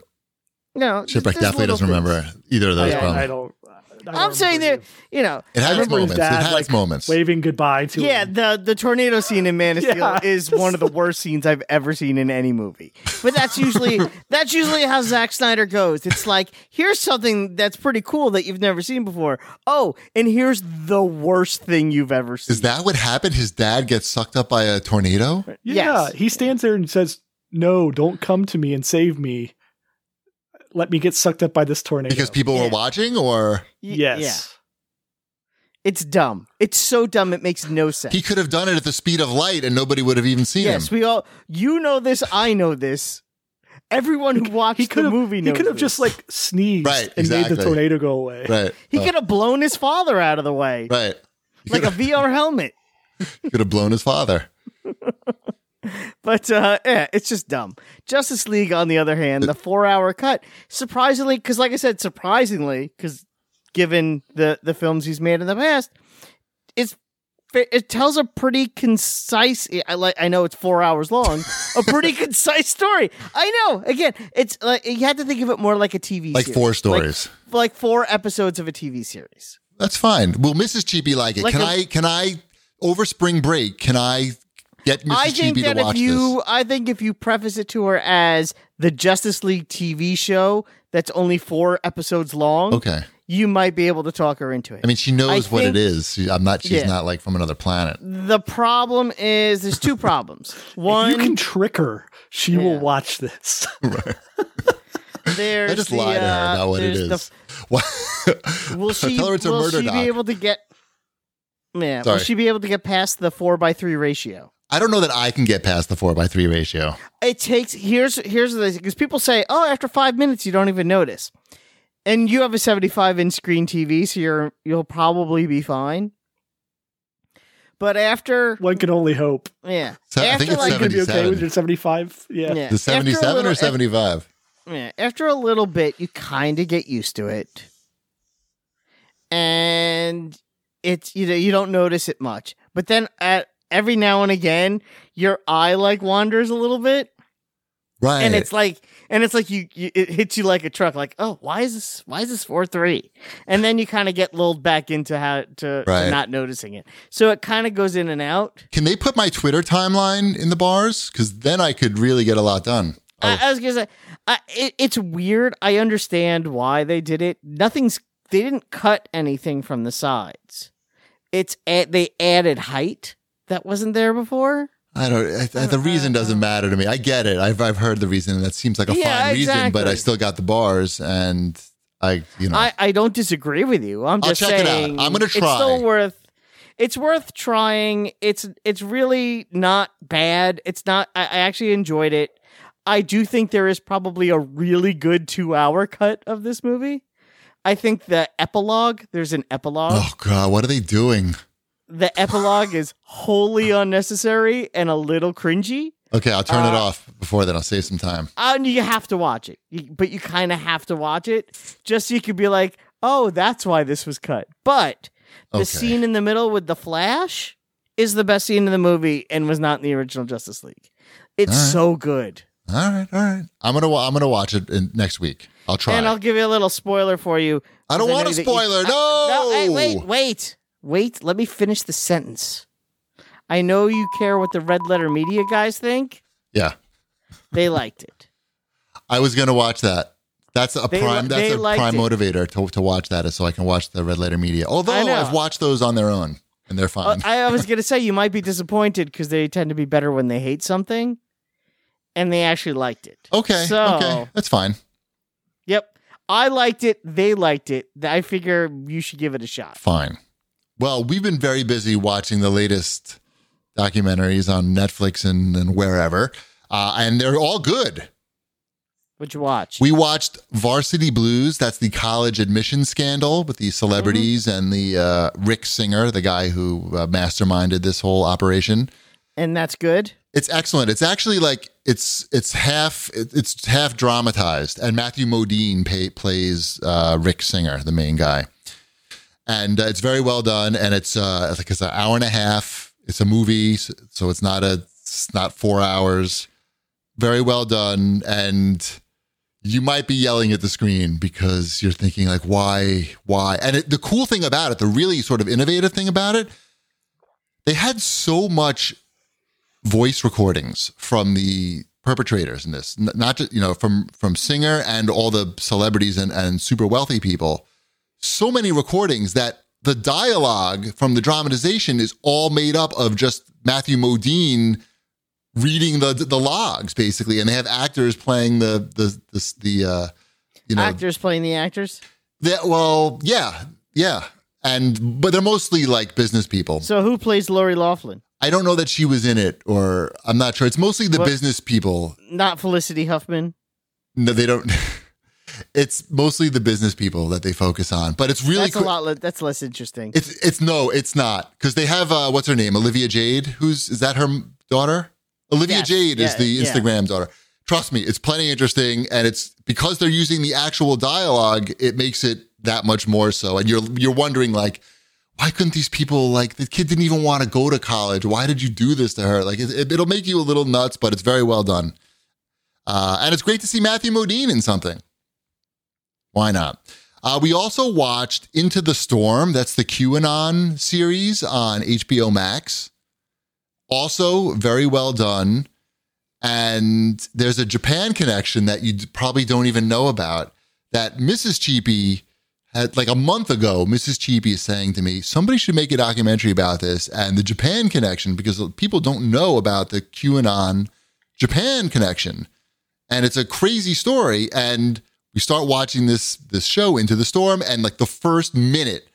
Speaker 1: No,
Speaker 2: Shipwreck definitely doesn't remember either of those.
Speaker 1: Oh, Yeah,
Speaker 2: probably.
Speaker 3: I, I don't. I don't
Speaker 1: I'm saying
Speaker 3: remember
Speaker 1: that you know
Speaker 2: it
Speaker 3: I
Speaker 2: had its
Speaker 3: remember his
Speaker 2: moments. It
Speaker 3: dad,
Speaker 2: had its
Speaker 3: like,
Speaker 2: moments.
Speaker 3: you waving goodbye to
Speaker 1: Yeah,
Speaker 3: him.
Speaker 1: the the tornado scene in Man of Steel
Speaker 3: Yeah.
Speaker 1: is one of the worst scenes I've ever seen in any movie. But that's usually that's usually how Zack Snyder goes. It's like here's something that's pretty cool that you've never seen before. Oh, and here's the worst thing you've ever seen.
Speaker 2: Is that what happened? His dad gets sucked up by a tornado.
Speaker 3: Yeah,
Speaker 1: Yes.
Speaker 3: he stands there and says, "No, don't come to me and save me. Let me get sucked up by this tornado."
Speaker 2: Because people were
Speaker 1: Yeah.
Speaker 2: watching, or
Speaker 1: Y- Yeah,
Speaker 3: yes,
Speaker 1: it's dumb. It's so dumb it makes no sense.
Speaker 2: he could have done it at the speed of light, and nobody would have even seen
Speaker 1: yes,
Speaker 2: him.
Speaker 1: we all you know this. I know this. Everyone who watched
Speaker 3: he could
Speaker 1: the
Speaker 3: have.
Speaker 1: movie
Speaker 3: He
Speaker 1: knows
Speaker 3: could have
Speaker 1: this.
Speaker 3: just like sneezed
Speaker 2: Right,
Speaker 3: and made
Speaker 2: exactly.
Speaker 3: the tornado go away.
Speaker 2: Right.
Speaker 1: he
Speaker 2: Uh,
Speaker 1: could have blown his father out of the way.
Speaker 2: right.
Speaker 1: like a VR helmet.
Speaker 2: Could have blown his father.
Speaker 1: But uh, yeah, it's just dumb. Justice League, on the other hand, the four-hour cut, surprisingly, because like I said, surprisingly, because given the the films he's made in the past, it's it tells a pretty concise. eh, I like. I know it's four hours long. a pretty concise story. I know. Again, it's like you had to think of it more like a TV,
Speaker 2: Like
Speaker 1: series.
Speaker 2: four stories.
Speaker 1: like, like four episodes of a TV series.
Speaker 2: That's fine. Will Mrs. Chi be like it?
Speaker 1: Like
Speaker 2: can
Speaker 1: a-
Speaker 2: I? Can I? Over spring break, can I get Mrs.
Speaker 1: I
Speaker 2: Chi
Speaker 1: think
Speaker 2: to
Speaker 1: that if
Speaker 2: watch
Speaker 1: you,
Speaker 2: this?
Speaker 1: I think if you preface it to her as the Justice League TV show that's only four episodes long,
Speaker 2: Okay.
Speaker 1: you might be able to talk her into it.
Speaker 2: I mean, she knows what
Speaker 1: think-
Speaker 2: it is. She- I'm not. She's
Speaker 1: Yeah.
Speaker 2: not like from another planet.
Speaker 1: the problem is there's two problems.
Speaker 3: You can
Speaker 1: One,
Speaker 3: trick her. She will
Speaker 1: Yeah.
Speaker 3: watch this.
Speaker 1: there's
Speaker 2: I just
Speaker 1: the,
Speaker 2: lie to her
Speaker 1: uh,
Speaker 2: about what it
Speaker 1: there's the-
Speaker 2: is. What?
Speaker 1: will she,
Speaker 2: Tell her it's a
Speaker 1: will
Speaker 2: murder
Speaker 1: she
Speaker 2: doc.
Speaker 1: be able to get? Yeah,
Speaker 2: Sorry.
Speaker 1: will she be able to get past the four by three ratio?
Speaker 2: I don't know that I can get past the four by three ratio.
Speaker 1: it takes here's here's the because people say oh after five minutes you don't even notice and you have a 75 inch screen tv so you're you'll probably be fine but after
Speaker 3: One can only hope.
Speaker 1: yeah
Speaker 2: So I
Speaker 1: after
Speaker 2: think it's
Speaker 3: You
Speaker 1: like
Speaker 3: gonna be okay
Speaker 2: 77.
Speaker 3: with your 75? Yeah.
Speaker 1: yeah, after
Speaker 2: The
Speaker 1: a
Speaker 2: 77
Speaker 1: little- eh,
Speaker 2: or 75?
Speaker 1: yeah, after a little bit you kind of get used to it and it's you know you don't notice it much but then at every now and again your eye like wanders a little bit
Speaker 2: Right.
Speaker 1: and it's like and it's like you, you it hits you like a truck like oh why is this why is this 4-3 and then you kind of get lulled back into how to,
Speaker 2: Right.
Speaker 1: to not noticing it so it kind of goes in and out
Speaker 2: Can they put my Twitter timeline in the bars? Because then I could really get a lot done. Oh,
Speaker 1: I, I was gonna say I, it, it's weird i understand why they did it nothing's they didn't cut anything from the sides it's a, they added height that wasn't there before
Speaker 2: I don't. I, I, the reason doesn't matter to me. I get it. I've I've heard the reason, and that seems like a
Speaker 1: Yeah,
Speaker 2: fine reason. But I
Speaker 1: exactly.
Speaker 2: still got the bars, and I you know
Speaker 1: I, I don't disagree with you. I'm
Speaker 2: I'll
Speaker 1: just
Speaker 2: check it out.
Speaker 1: saying
Speaker 2: I'm gonna
Speaker 1: It's
Speaker 2: try.
Speaker 1: still worth. It's worth trying. It's it's really not bad. It's not. I, I actually enjoyed it. I do think there is probably a really good two hour cut of this movie. I think the epilogue. There's an epilogue.
Speaker 2: oh god, what are they doing?
Speaker 1: The epilogue is wholly unnecessary and a little cringy.
Speaker 2: Okay, I'll turn it
Speaker 1: Uh,
Speaker 2: off before then. I'll save some time.
Speaker 1: And Uh, you have to watch it, You- but you kind of have to watch it just so you could be like, oh, that's why this was cut. But the
Speaker 2: Okay.
Speaker 1: scene in the middle with the Flash is the best scene in the movie and was not in the original Justice League. It's
Speaker 2: All right.
Speaker 1: so good.
Speaker 2: All right, all right. I'm gonna wa- I'm gonna watch it in, next week. I'll try.
Speaker 1: And I'll
Speaker 2: I'll,
Speaker 1: give you a little spoiler for you.
Speaker 2: I do not
Speaker 1: Is
Speaker 2: want a
Speaker 1: anything-
Speaker 2: spoiler.
Speaker 1: I-
Speaker 2: no.
Speaker 1: hey, wait, wait, wait. Let me finish the sentence. I know you care what the red letter media guys think.
Speaker 2: Yeah,
Speaker 1: They liked it.
Speaker 2: I was gonna watch that. That's a
Speaker 1: They li-
Speaker 2: prime. That's
Speaker 1: they
Speaker 2: a
Speaker 1: liked
Speaker 2: prime
Speaker 1: it.
Speaker 2: motivator to, to watch that is so I can watch the Red Letter Media. Although
Speaker 1: know.
Speaker 2: I've watched those on their own and they're
Speaker 1: Uh,
Speaker 2: fine.
Speaker 1: I, I was gonna say you might be disappointed because they tend to be better when they hate something, and they actually liked it.
Speaker 2: okay,
Speaker 1: So,
Speaker 2: okay, that's fine.
Speaker 1: yep, I liked it. They liked it. I figure you should give it a shot.
Speaker 2: Fine. Well, we've been very busy watching the latest documentaries on Netflix and, and wherever, uh, and they're all good.
Speaker 1: Would you watch?
Speaker 2: We watched Varsity Blues. That's the college admission scandal with the celebrities and the uh, Rick Singer, the guy who uh, masterminded this whole operation.
Speaker 1: and that's good.
Speaker 2: It's excellent. It's actually like it's it's half it- it's half dramatized, and Matthew Modine pay, plays uh, Rick Singer, the main guy, and uh, it's very well done. And it's uh, it's like it's an hour and a half. It's a movie, so so it's not a it's not four hours. Very well done, and you might be yelling at the screen because you're thinking like, why, why? And it, the cool thing about it, the really sort of innovative thing about it, they had so much voice recordings from the perpetrators in this N- not just you know from from singer and all the celebrities and, and super wealthy people so many recordings that the dialogue from the dramatization is all made up of just matthew modine reading the the logs basically and they have actors playing the the the, the uh you know
Speaker 1: actors playing the actors.
Speaker 2: the, well yeah yeah and but they're mostly like business people
Speaker 1: So who plays Lori Laughlin?
Speaker 2: I don't know that she was in it, or I'm not sure. It's mostly the
Speaker 1: What-
Speaker 2: business people.
Speaker 1: Not Felicity Huffman.
Speaker 2: No, they don't. It's mostly the business people that they focus on, but it's really
Speaker 1: that's
Speaker 2: cool.
Speaker 1: a lot. Le- that's less interesting.
Speaker 2: It's it's no, it's not because they have uh, what's her name, Olivia Jade. Who's is that her m- daughter? Olivia
Speaker 1: Yes,
Speaker 2: Jade is
Speaker 1: yeah,
Speaker 2: the
Speaker 1: yeah.
Speaker 2: Instagram daughter. Trust me, it's plenty interesting, and it's because they're using the actual dialogue, it makes it that much more so. And you're you're wondering like, why couldn't these people like the kid didn't even want to go to college? Why did you do this to her? Like it, it, it'll make you a little nuts, but it's very well done. Uh, and it's great to see Matthew Modine in something. Why not? Uh, we also watched Into the Storm. That's the QAnon series on HBO Max. Also, very well done. And there's a Japan connection that you d- probably don't even know about. That Mrs. Cheapy had, like a month ago, Mrs. Cheapy is saying to me, somebody should make a documentary about this and the Japan connection because people don't know about the QAnon Japan connection and it's a crazy story and we start watching this this show into the storm and like the first minute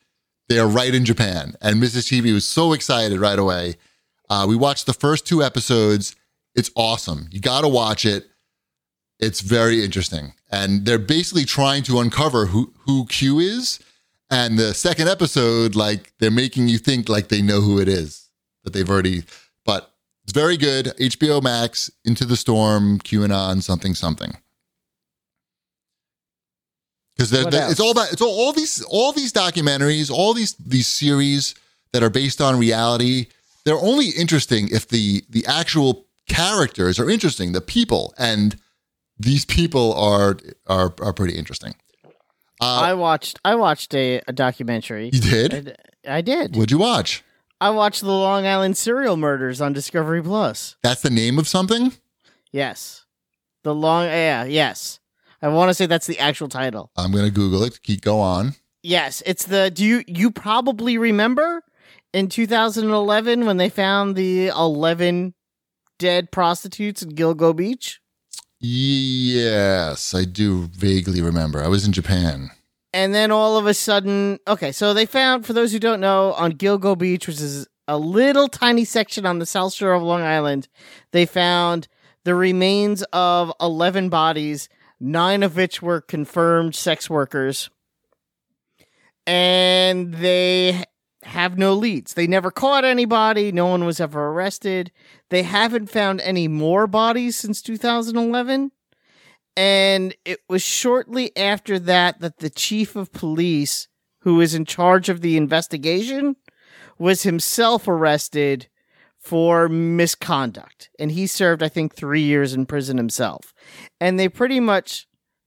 Speaker 2: they're right in japan and mrs chibi was so excited right away uh, we watched the first two episodes it's awesome you gotta watch it it's very interesting and they're basically trying to uncover who who q is and the second episode like they're making you think like they know who it is that they've already but it's very good. HBO Max, Into the Storm, QAnon, something, something. Because
Speaker 3: What else?
Speaker 2: it's all about it's all, all these all these documentaries, all these these series that are based on reality. They're only interesting if the the actual characters are interesting, the people, and these people are are are pretty interesting. Uh,
Speaker 1: I watched. I watched a, a documentary.
Speaker 2: you did?
Speaker 1: I, I did.
Speaker 2: What'd you watch?
Speaker 1: I watched the Long Island serial murders on Discovery Plus.
Speaker 2: That's the name of something.
Speaker 1: Yes, the long. Yeah, yes. I want to say that's the actual title.
Speaker 2: I'm gonna Google it. Keep go on.
Speaker 1: Yes, it's the. Do you you probably remember in 2011 when they found the 11 dead prostitutes in Gilgo Beach?
Speaker 2: Yes, I do vaguely remember. I was in Japan.
Speaker 1: and then all of a sudden, okay, so they found, for those who don't know, on Gilgo Beach, which is a little tiny section on the south shore of Long Island, they found the remains of 11 bodies, nine of which were confirmed sex workers. And they have no leads. They never caught anybody, no one was ever arrested. They haven't found any more bodies since 2011 and it was shortly after that that the chief of police who is in charge of the investigation was himself arrested for misconduct and he served i think 3 years in prison himself and they pretty much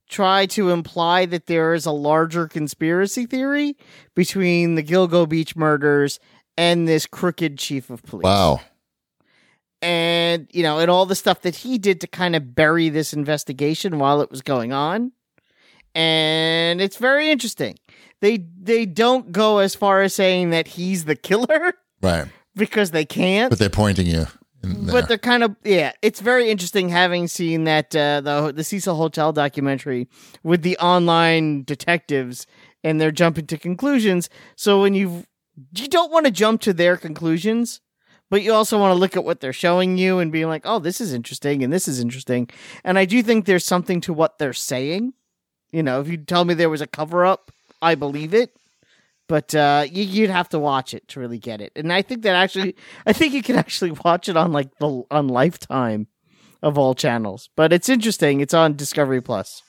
Speaker 1: try to imply that there is a larger conspiracy theory between the Gilgo Beach murders and this crooked chief of police
Speaker 2: Wow.
Speaker 1: and you know and all the stuff that he did to kind of bury this investigation while it was going on and it's very interesting they they don't go as far as saying that he's the killer
Speaker 2: Right.
Speaker 1: because they can't
Speaker 2: But they're pointing you. In there.
Speaker 1: but they're kind of yeah it's very interesting having seen that uh, the the Cecil Hotel documentary with the online detectives and they're jumping to conclusions so when you you don't want to jump to their conclusions but you also want to look at what they're showing you and being like oh this is interesting and this is interesting and I do think there's something to what they're saying you know if you tell me there was a cover up I believe it but uh, you, you'd have to watch it to really get it. And I think that actually, I think you can actually watch it on like the on Lifetime of all channels. But it's interesting. It's on Discovery Plus,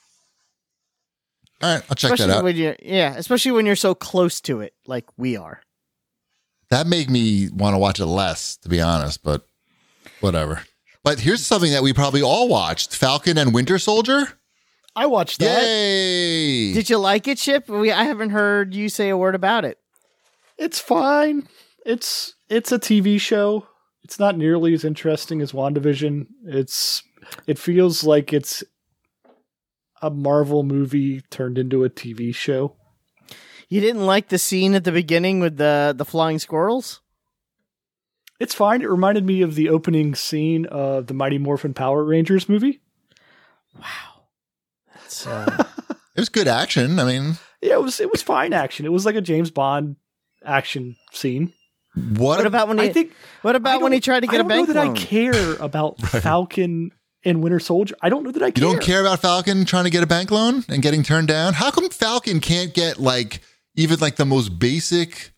Speaker 2: All right, I'll check
Speaker 1: especially
Speaker 2: that out.
Speaker 1: when you yeah, especially when you're so close to it, like we are.
Speaker 2: that made me want to watch it less, to be honest, but whatever. But here's something that we probably all watched Falcon and Winter Soldier.
Speaker 3: I watched that.
Speaker 2: Yay.
Speaker 1: Did you like it, Chip? We I haven't heard you say a word about it.
Speaker 3: It's fine. It's it's a TV show. It's not nearly as interesting as WandaVision. It's it feels like it's a Marvel movie turned into a TV show.
Speaker 1: You didn't like the scene at the beginning with the the flying squirrels.
Speaker 3: It's fine. It reminded me of the opening scene of the Mighty Morphin Power Rangers movie.
Speaker 1: That's, uh,
Speaker 2: it was good action. I mean,
Speaker 3: Yeah, it was it was fine action. It was like a James Bond action scene.
Speaker 2: what,
Speaker 1: what about when he?
Speaker 3: I think
Speaker 1: what
Speaker 3: I
Speaker 1: about when he
Speaker 3: don't-
Speaker 1: tried to
Speaker 3: I
Speaker 1: get a
Speaker 3: don't know
Speaker 1: bank
Speaker 3: that
Speaker 1: loan?
Speaker 3: I care about Falcon and Winter Soldier. I don't know that I
Speaker 2: You
Speaker 3: care.
Speaker 2: don't care about Falcon trying to get a bank loan and getting turned down? How come Falcon can't get like even like the most basic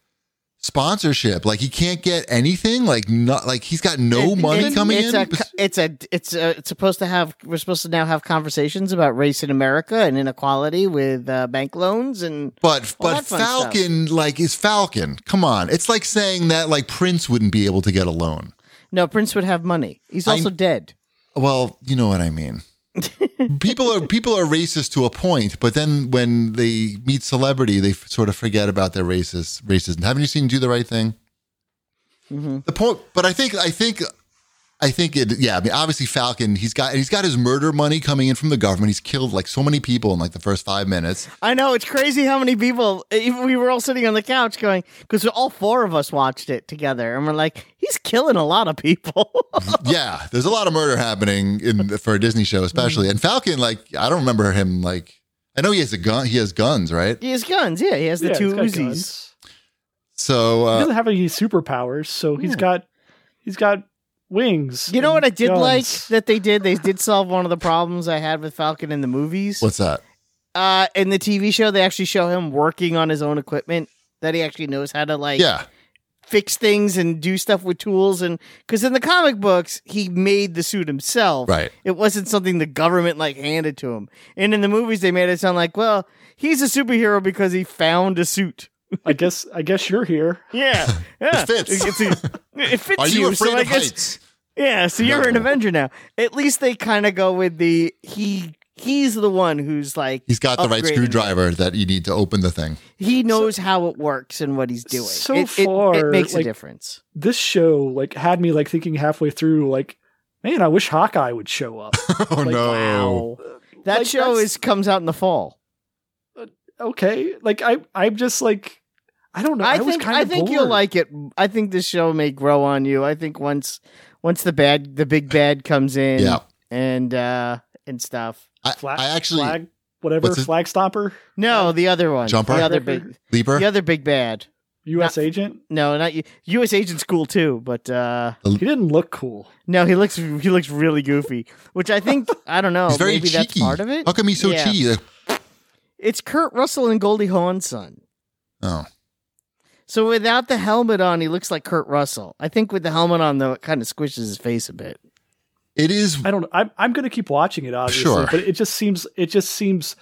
Speaker 2: sponsorship? Like he can't get anything? Like not like he's got no
Speaker 1: It-
Speaker 2: money
Speaker 1: it-
Speaker 2: coming
Speaker 1: it's
Speaker 2: in?
Speaker 1: A, co- it's a it's a, it's supposed to have we're supposed to now have conversations about race in America and inequality with uh, bank loans and
Speaker 2: but
Speaker 1: all
Speaker 2: but
Speaker 1: that fun stuff.
Speaker 2: Falcon like is Falcon. Come on. It's like saying that like Prince wouldn't be able to get a loan.
Speaker 1: no Prince would have money. He's
Speaker 2: I'm-
Speaker 1: also dead.
Speaker 2: Well, you know what I mean. people are people are racist to a point, but then when they meet celebrity, they f- sort of forget about their racist racism. Haven't you seen Do the Right Thing?
Speaker 1: Mhm.
Speaker 2: The point, but I think I think I think it. Yeah, I mean, obviously Falcon. He's got he's got his murder money coming in from the government. He's killed like so many people in like the first five minutes.
Speaker 1: I know it's crazy how many people even we were all sitting on the couch going because all four of us watched it together and we're like he's killing a lot of people.
Speaker 2: yeah, there's a lot of murder happening in the, for a Disney show, especially. And Falcon, like I don't remember him like. I know he has a gun. He has guns, right?
Speaker 1: he has guns. Yeah, he has the
Speaker 3: Yeah,
Speaker 1: two
Speaker 3: he's got
Speaker 1: Uzis.
Speaker 3: guns.
Speaker 2: So
Speaker 3: he
Speaker 2: uh,
Speaker 3: doesn't have any superpowers, so he's
Speaker 1: Yeah.
Speaker 3: got he's got wings.
Speaker 1: You know
Speaker 3: and
Speaker 1: what I did like
Speaker 3: guns.
Speaker 1: that they did? They did solve one of the problems I had with Falcon in the movies.
Speaker 2: what's that?
Speaker 1: uh in the TV show they actually show him working on his own equipment that he actually knows how to like
Speaker 2: Yeah,
Speaker 1: fix things and do stuff with tools and cuz in the comic books he made the suit himself.
Speaker 2: right.
Speaker 1: It wasn't something the government like handed to him. And in the movies they made it sound like, well, he's a superhero because he found a suit.
Speaker 3: I guess I guess you're here.
Speaker 1: Yeah. yeah.
Speaker 2: fits.
Speaker 1: It's a- it fits
Speaker 2: Are you
Speaker 1: so
Speaker 2: afraid
Speaker 1: I
Speaker 2: of
Speaker 1: guess-
Speaker 2: heights?
Speaker 1: yeah, so you're an
Speaker 2: No.
Speaker 1: Avenger now. At least they kind of go with the he he's the one who's like
Speaker 2: He's got the right
Speaker 1: upgrading it.
Speaker 2: screwdriver that you need to open the thing.
Speaker 1: He knows how it works and what he's doing.
Speaker 3: so
Speaker 1: It- it, it,
Speaker 3: far,
Speaker 1: makes
Speaker 3: like-
Speaker 1: a difference.
Speaker 3: This show like had me like thinking halfway through like, man, I wish Hawkeye would show up.
Speaker 2: Oh
Speaker 3: Like,
Speaker 2: no!
Speaker 1: Wow. That
Speaker 3: Like,
Speaker 1: show
Speaker 3: that's-
Speaker 1: is comes out in the fall.
Speaker 3: okay, like I I'm just like I don't know. I,
Speaker 1: I,
Speaker 3: was
Speaker 1: think
Speaker 3: kind
Speaker 1: I
Speaker 3: of
Speaker 1: think
Speaker 3: bored.
Speaker 1: you'll like it. I think this show may grow on you. I think once once the bad the big bad comes in
Speaker 2: Yeah.
Speaker 1: and uh and stuff.
Speaker 2: I,
Speaker 3: Flag-
Speaker 2: I actually
Speaker 3: flag whatever
Speaker 2: what's his-
Speaker 3: flag stomper
Speaker 1: No, the other one.
Speaker 2: Jumper?
Speaker 1: The other big
Speaker 2: Leaper,
Speaker 1: the other big bad.
Speaker 3: U.S.
Speaker 1: Not-
Speaker 3: agent.
Speaker 1: No, not you. US Agent's cool too, but uh
Speaker 3: He didn't look cool.
Speaker 1: no, he looks he looks really goofy, which I think I don't know,
Speaker 2: he's very
Speaker 1: maybe
Speaker 2: cheeky.
Speaker 1: that's part of it.
Speaker 2: How come he's so
Speaker 1: Yeah.
Speaker 2: cheeky? Like,
Speaker 1: It's Kurt Russell and Goldie Hawn's son.
Speaker 2: oh,
Speaker 1: So without the helmet on, he looks like Kurt Russell. I think with the helmet on, though, it kind of squishes his face a bit.
Speaker 2: it is.
Speaker 3: I don't. I'm I'm going to keep watching it, obviously.
Speaker 2: Sure.
Speaker 3: But it just seems. It just seems.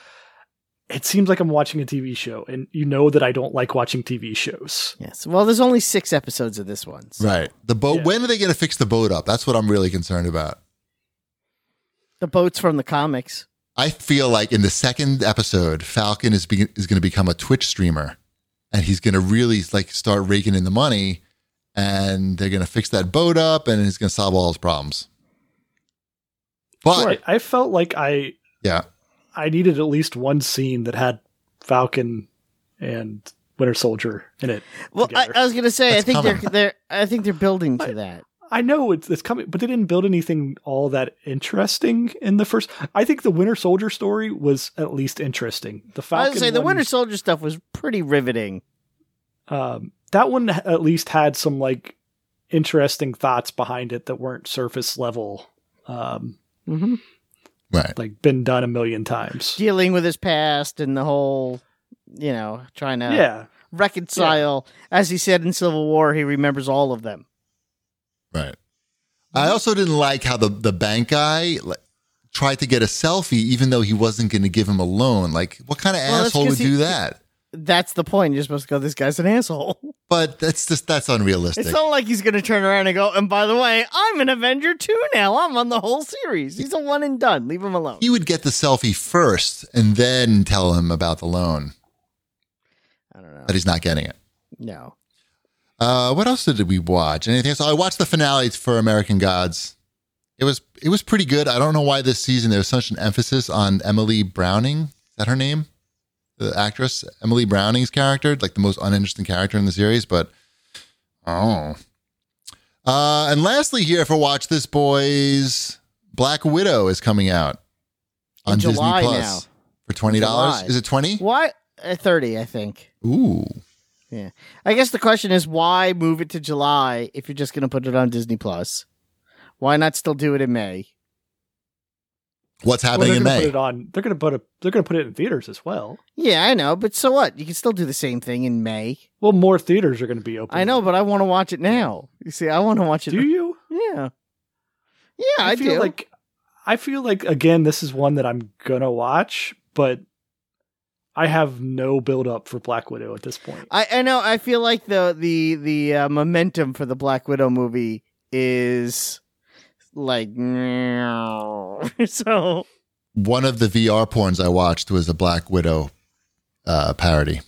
Speaker 3: It seems like I'm watching a TV show, and you know that I don't like watching TV shows.
Speaker 1: Yes. Well, there's only six episodes of this one. so-
Speaker 2: Right. The boat.
Speaker 3: Yeah.
Speaker 2: When are they going to fix the boat up? That's what I'm really concerned about.
Speaker 1: The boat's from the comics.
Speaker 2: I feel like in the second episode, Falcon is be- is going to become a Twitch streamer, and he's going to really like start raking in the money, and they're going to fix that boat up, and he's going to solve all his problems. But
Speaker 3: Right. I felt like I
Speaker 2: yeah,
Speaker 3: I needed at least one scene that had Falcon and Winter Soldier in it.
Speaker 1: Well, I,
Speaker 3: together.
Speaker 1: I was gonna say,
Speaker 2: That's
Speaker 1: I think
Speaker 2: coming.
Speaker 1: they're they're I think they're building to that.
Speaker 3: I know it's, it's coming, but they didn't build anything all that interesting in the first. I think the Winter Soldier story was at least interesting. The
Speaker 1: I was
Speaker 3: Falcon,
Speaker 1: gonna say the
Speaker 3: one,
Speaker 1: Winter Soldier stuff was pretty riveting.
Speaker 3: um, that one at least had some like interesting thoughts behind it that weren't surface level, um,
Speaker 1: Mm-hmm.
Speaker 2: right.
Speaker 3: like been done a million times.
Speaker 1: Dealing with his past and the whole, you know, trying to
Speaker 3: Yeah,
Speaker 1: reconcile. As he said in Civil War, he remembers all of them.
Speaker 2: Right. I also didn't like how the the bank guy like, tried to get a selfie, even though he wasn't going to give him a loan. Like, what kind of
Speaker 1: Well, that's
Speaker 2: asshole would
Speaker 1: 'cause he-
Speaker 2: do that?
Speaker 1: That's the point. You're supposed to go. This guy's an asshole.
Speaker 2: But that's just that's unrealistic.
Speaker 1: It's not like he's going to turn around and go, and by the way, I'm an Avenger too now. I'm on the whole series. He's a one and done. Leave him alone.
Speaker 2: he would get the selfie first and then tell him about the loan
Speaker 1: I don't know.
Speaker 2: that he's not getting it.
Speaker 1: No.
Speaker 2: Uh, what else did we watch? Anything else? Oh, I watched the finale for American Gods. It was it was pretty good. I don't know why this season there was such an emphasis on Emily Browning. Is that her name? The actress Emily Browning's character, like the most uninteresting character in the series, but oh. Uh, and lastly, here for Watch This Boys, Black Widow is coming out
Speaker 1: In
Speaker 2: on Disney
Speaker 1: July
Speaker 2: Plus
Speaker 1: now.
Speaker 2: for twenty dollars.
Speaker 1: July.
Speaker 2: Is it twenty?
Speaker 1: Why? Uh, 30, I think.
Speaker 2: Ooh,
Speaker 1: I guess the question is why move it to July if you're just going to put it on Disney Plus? Why not still do it in May?
Speaker 2: What's
Speaker 3: Well,
Speaker 2: happening
Speaker 3: they're
Speaker 2: in
Speaker 3: gonna
Speaker 2: May?
Speaker 3: put it on. They're gonna put a. They're gonna put it in theaters as well.
Speaker 1: Yeah, I know, but so what? You can still do the same thing in May.
Speaker 3: Well, more theaters are gonna be open.
Speaker 1: I know, but I want to watch it now. You see, I want to watch it.
Speaker 3: Do you?
Speaker 1: Yeah, yeah, I,
Speaker 3: feel
Speaker 1: do.
Speaker 3: like I feel like again this is one that I'm gonna watch, but I have no build up for Black Widow at this point.
Speaker 1: I, I know. I feel like the the the uh, momentum for the Black Widow movie is like so.
Speaker 2: One of the VR porns I watched was a Black Widow uh, parody.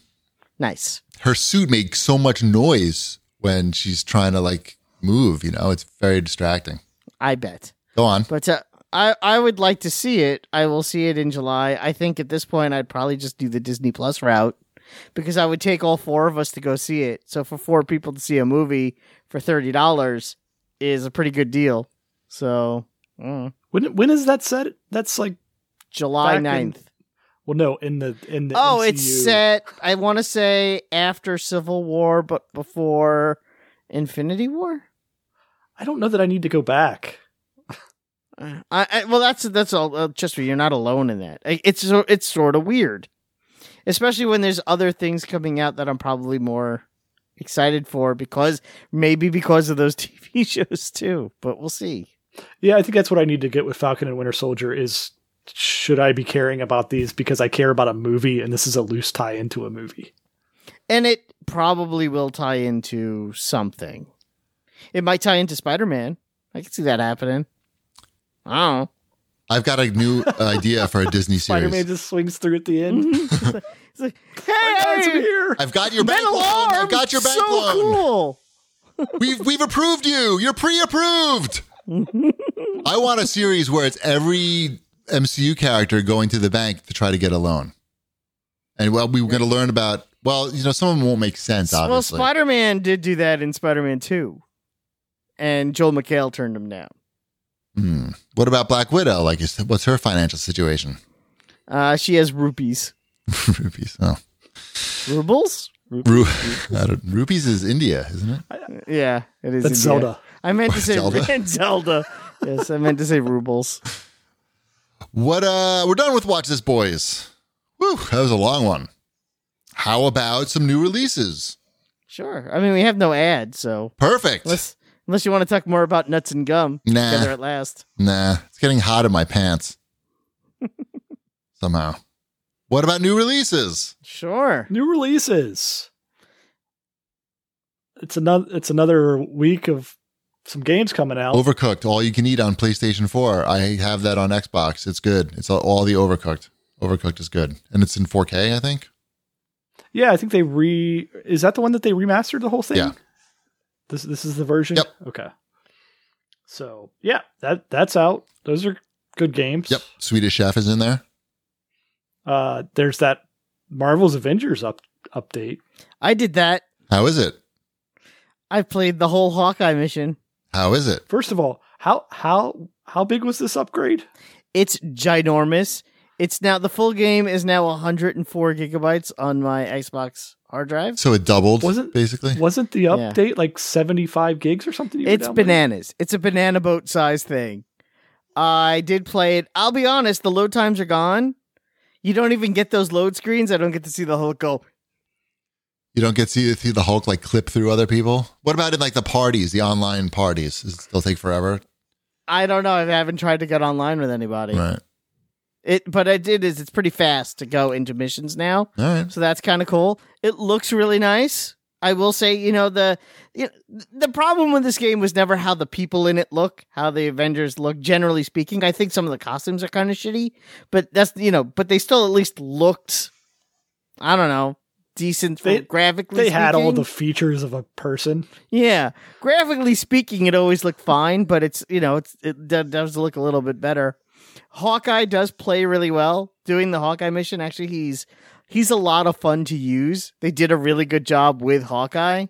Speaker 1: Nice.
Speaker 2: Her suit makes so much noise when she's trying to like move. You know, it's very distracting.
Speaker 1: I bet.
Speaker 2: Go on.
Speaker 1: But uh, I I would like to see it. I will see it in July. I think at this point I'd probably just do the Disney Plus route because I would take all four of us to go see it. So for four people to see a movie for thirty dollars is a pretty good deal. So mm,
Speaker 3: When when is that set? That's like
Speaker 1: July
Speaker 3: Back in-
Speaker 1: 9th.
Speaker 3: well, no, in the in the
Speaker 1: Oh,
Speaker 3: MCU.
Speaker 1: it's set. I want to say after Civil War, but before Infinity War.
Speaker 3: I don't know that I need to go back.
Speaker 1: Uh, I, I well, that's that's all. Uh, Chester, you're not alone in that. I- It's so- it's sort of weird, especially when there's other things coming out that I'm probably more excited for because maybe because of those TV shows too. But we'll see.
Speaker 3: Yeah, I think that's what I need to get with Falcon and Winter Soldier is should I be caring about these because I care about a movie and this is a loose tie into a movie.
Speaker 1: And it probably will tie into something. It might tie into Spider Man. I can see that happening. I don't know.
Speaker 2: I've got a new idea for a Disney
Speaker 3: Spider Man
Speaker 2: series.
Speaker 3: just swings through at the end.
Speaker 1: It's like,
Speaker 3: I got some
Speaker 1: hey,
Speaker 3: here.
Speaker 2: I've got your bank loan. I've got your bank
Speaker 1: so
Speaker 2: loan.
Speaker 1: cool.
Speaker 2: We've we've approved you. You're pre-approved. I want a series where it's every MCU character going to the bank to try to get a loan. And well, we were going to learn about. Well, you know, some of them won't make sense.
Speaker 1: Well,
Speaker 2: Obviously,
Speaker 1: Spider Man did do that in Spider Man 2, and Joel McHale turned him down.
Speaker 2: Hmm. what about Black Widow? Like, is, what's her financial situation?
Speaker 1: Uh, she has rupees.
Speaker 2: rupees. Oh,
Speaker 1: Rubles?
Speaker 2: Ru- I don't- rupees is India, isn't it?
Speaker 1: Yeah, it is.
Speaker 3: That's
Speaker 1: India.
Speaker 3: Zelda.
Speaker 1: I meant to say
Speaker 2: Zelda.
Speaker 1: Zelda. Zelda. Yes, I meant to say rubles.
Speaker 2: What? Uh, we're done with Watch This Boys. Whew, that was a long one. How about some new releases?
Speaker 1: Sure. I mean, we have no ad, so
Speaker 2: Perfect.
Speaker 1: unless unless you want to talk more about nuts and gum
Speaker 2: Nah.
Speaker 1: together at last.
Speaker 2: Nah, it's getting hot in my pants. Somehow. What about new releases?
Speaker 1: Sure.
Speaker 3: New releases. It's another it's another week of some games coming out.
Speaker 2: Overcooked, all you can eat on PlayStation 4. I have that on Xbox. It's good. It's all, all the Overcooked. Overcooked is good. And it's in 4K, I think.
Speaker 3: Yeah, I think they re is that the one that they remastered the whole thing?
Speaker 2: Yeah.
Speaker 3: This this is the version?
Speaker 2: Yep.
Speaker 3: Okay. So yeah, that that's out. Those are good games.
Speaker 2: Yep. Swedish Chef is in there.
Speaker 3: Uh there's that Marvel's Avengers up update.
Speaker 1: I did that.
Speaker 2: How is it?
Speaker 1: I played the whole Hawkeye mission.
Speaker 2: How is it?
Speaker 3: First of all, how how how big was this upgrade?
Speaker 1: It's ginormous. It's now the full game is now 104 gigabytes on my Xbox hard drive.
Speaker 2: So it doubled,
Speaker 3: Was it-
Speaker 2: basically?
Speaker 3: Wasn't the
Speaker 1: Yeah.
Speaker 3: update like 75 gigs or something? you were
Speaker 1: It's
Speaker 3: downloading?
Speaker 1: bananas. It's a banana boat size thing. I did play it. I'll be honest, the load times are gone. You don't even get those load screens. I don't get to see the Hulk go.
Speaker 2: You don't get to see, see the Hulk like clip through other people? What about in like the parties, the online parties? Does it still take forever?
Speaker 1: I don't know. I haven't tried to get online with anybody.
Speaker 2: Right.
Speaker 1: It, but I did. Is it's pretty fast to go into missions now.
Speaker 2: All right.
Speaker 1: So that's kind of cool. It looks really nice. I will say, you know, the you know, the problem with this game was never how the people in it look, how the Avengers look. Generally speaking, I think some of the costumes are kind of shitty, but that's you know, but they still at least looked, I don't know, decent for
Speaker 3: They-
Speaker 1: graphically.
Speaker 3: They had all the
Speaker 1: speaking.
Speaker 3: features of a person.
Speaker 1: yeah, graphically speaking, it always looked fine, but it's you know, it's it do- does look a little bit better. Hawkeye does play really well doing the Hawkeye mission. Actually, he's he's a lot of fun to use. They did a really good job with Hawkeye,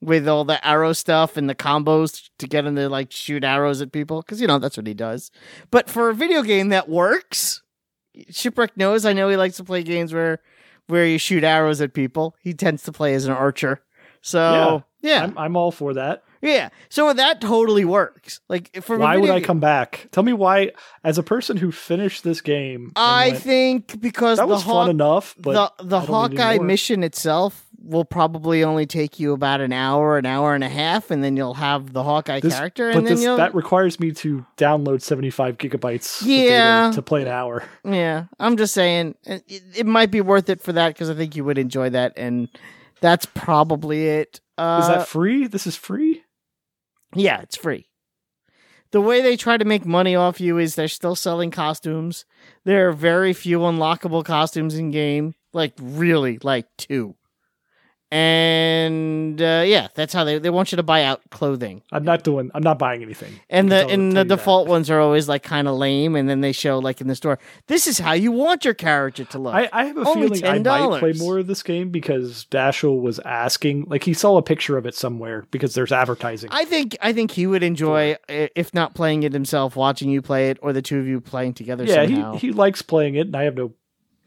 Speaker 1: with all the arrow stuff and the combos to get him to like shoot arrows at people because you know that's what he does. But for a video game that works, Shipwreck knows. I know he likes to play games where where you shoot arrows at people. He tends to play as an archer, so yeah,
Speaker 3: I'm, I'm all for that.
Speaker 1: Yeah. So that totally works. Like for
Speaker 3: why would I come back? Tell me why, as a person who finished this game, and
Speaker 1: I
Speaker 3: went,
Speaker 1: think because
Speaker 3: that
Speaker 1: the
Speaker 3: was fun
Speaker 1: Hawk,
Speaker 3: enough, but
Speaker 1: the the
Speaker 3: I don't need any
Speaker 1: Hawkeye
Speaker 3: more.
Speaker 1: mission itself will probably only take you about an hour, an hour and a half, and then you'll have the Hawkeye
Speaker 3: this,
Speaker 1: character,
Speaker 3: but
Speaker 1: and then
Speaker 3: this,
Speaker 1: you'll
Speaker 3: that requires me to download seventy five gigabytes. of data
Speaker 1: Yeah.
Speaker 3: to play an hour.
Speaker 1: yeah. I'm just saying it, it might be worth it for that because I think you would enjoy that, and that's probably it. Uh,
Speaker 3: Is that free? This is free.
Speaker 1: Yeah, it's free. The way they try to make money off you is they're still selling costumes. There are very few unlockable costumes in game, like really, like two. And uh, yeah, that's how they they want you to buy out clothing.
Speaker 3: I'm not doing. I'm not buying anything.
Speaker 1: And the and
Speaker 3: Tell- tell
Speaker 1: the
Speaker 3: you that.
Speaker 1: default ones are always like kind of lame, and then they show like in the store, this is how you want your character to look.
Speaker 3: I, I have a
Speaker 1: Only
Speaker 3: feeling I might
Speaker 1: $10.
Speaker 3: play more of this game because Dashel was asking, like he saw a picture of it somewhere because there's advertising.
Speaker 1: I think I think he would enjoy, i- if not playing it himself, watching you play it or the two of you playing together.
Speaker 3: yeah,
Speaker 1: somehow.
Speaker 3: he, he likes playing it, and I have no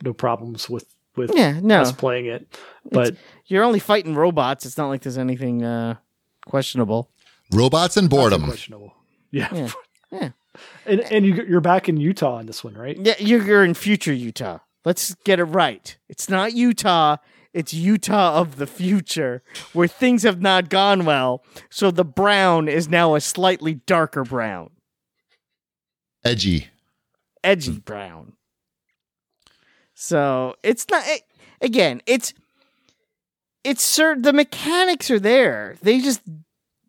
Speaker 3: no problems with with
Speaker 1: yeah, no,
Speaker 3: us playing it. But
Speaker 1: you're only fighting robots. It's not like there's anything uh, questionable.
Speaker 2: Robots and boredom.
Speaker 3: Questionable. Yeah.
Speaker 1: Yeah. Yeah.
Speaker 3: And and you you're back in Utah on this one, right?
Speaker 1: Yeah, you're, you're in future Utah. Let's get it right. It's not Utah. It's Utah of the future, where things have not gone well. So the brown is now a slightly darker brown,
Speaker 2: Edgy.
Speaker 1: edgy brown. So it's not. It, again, it's it's cer the mechanics are there. They just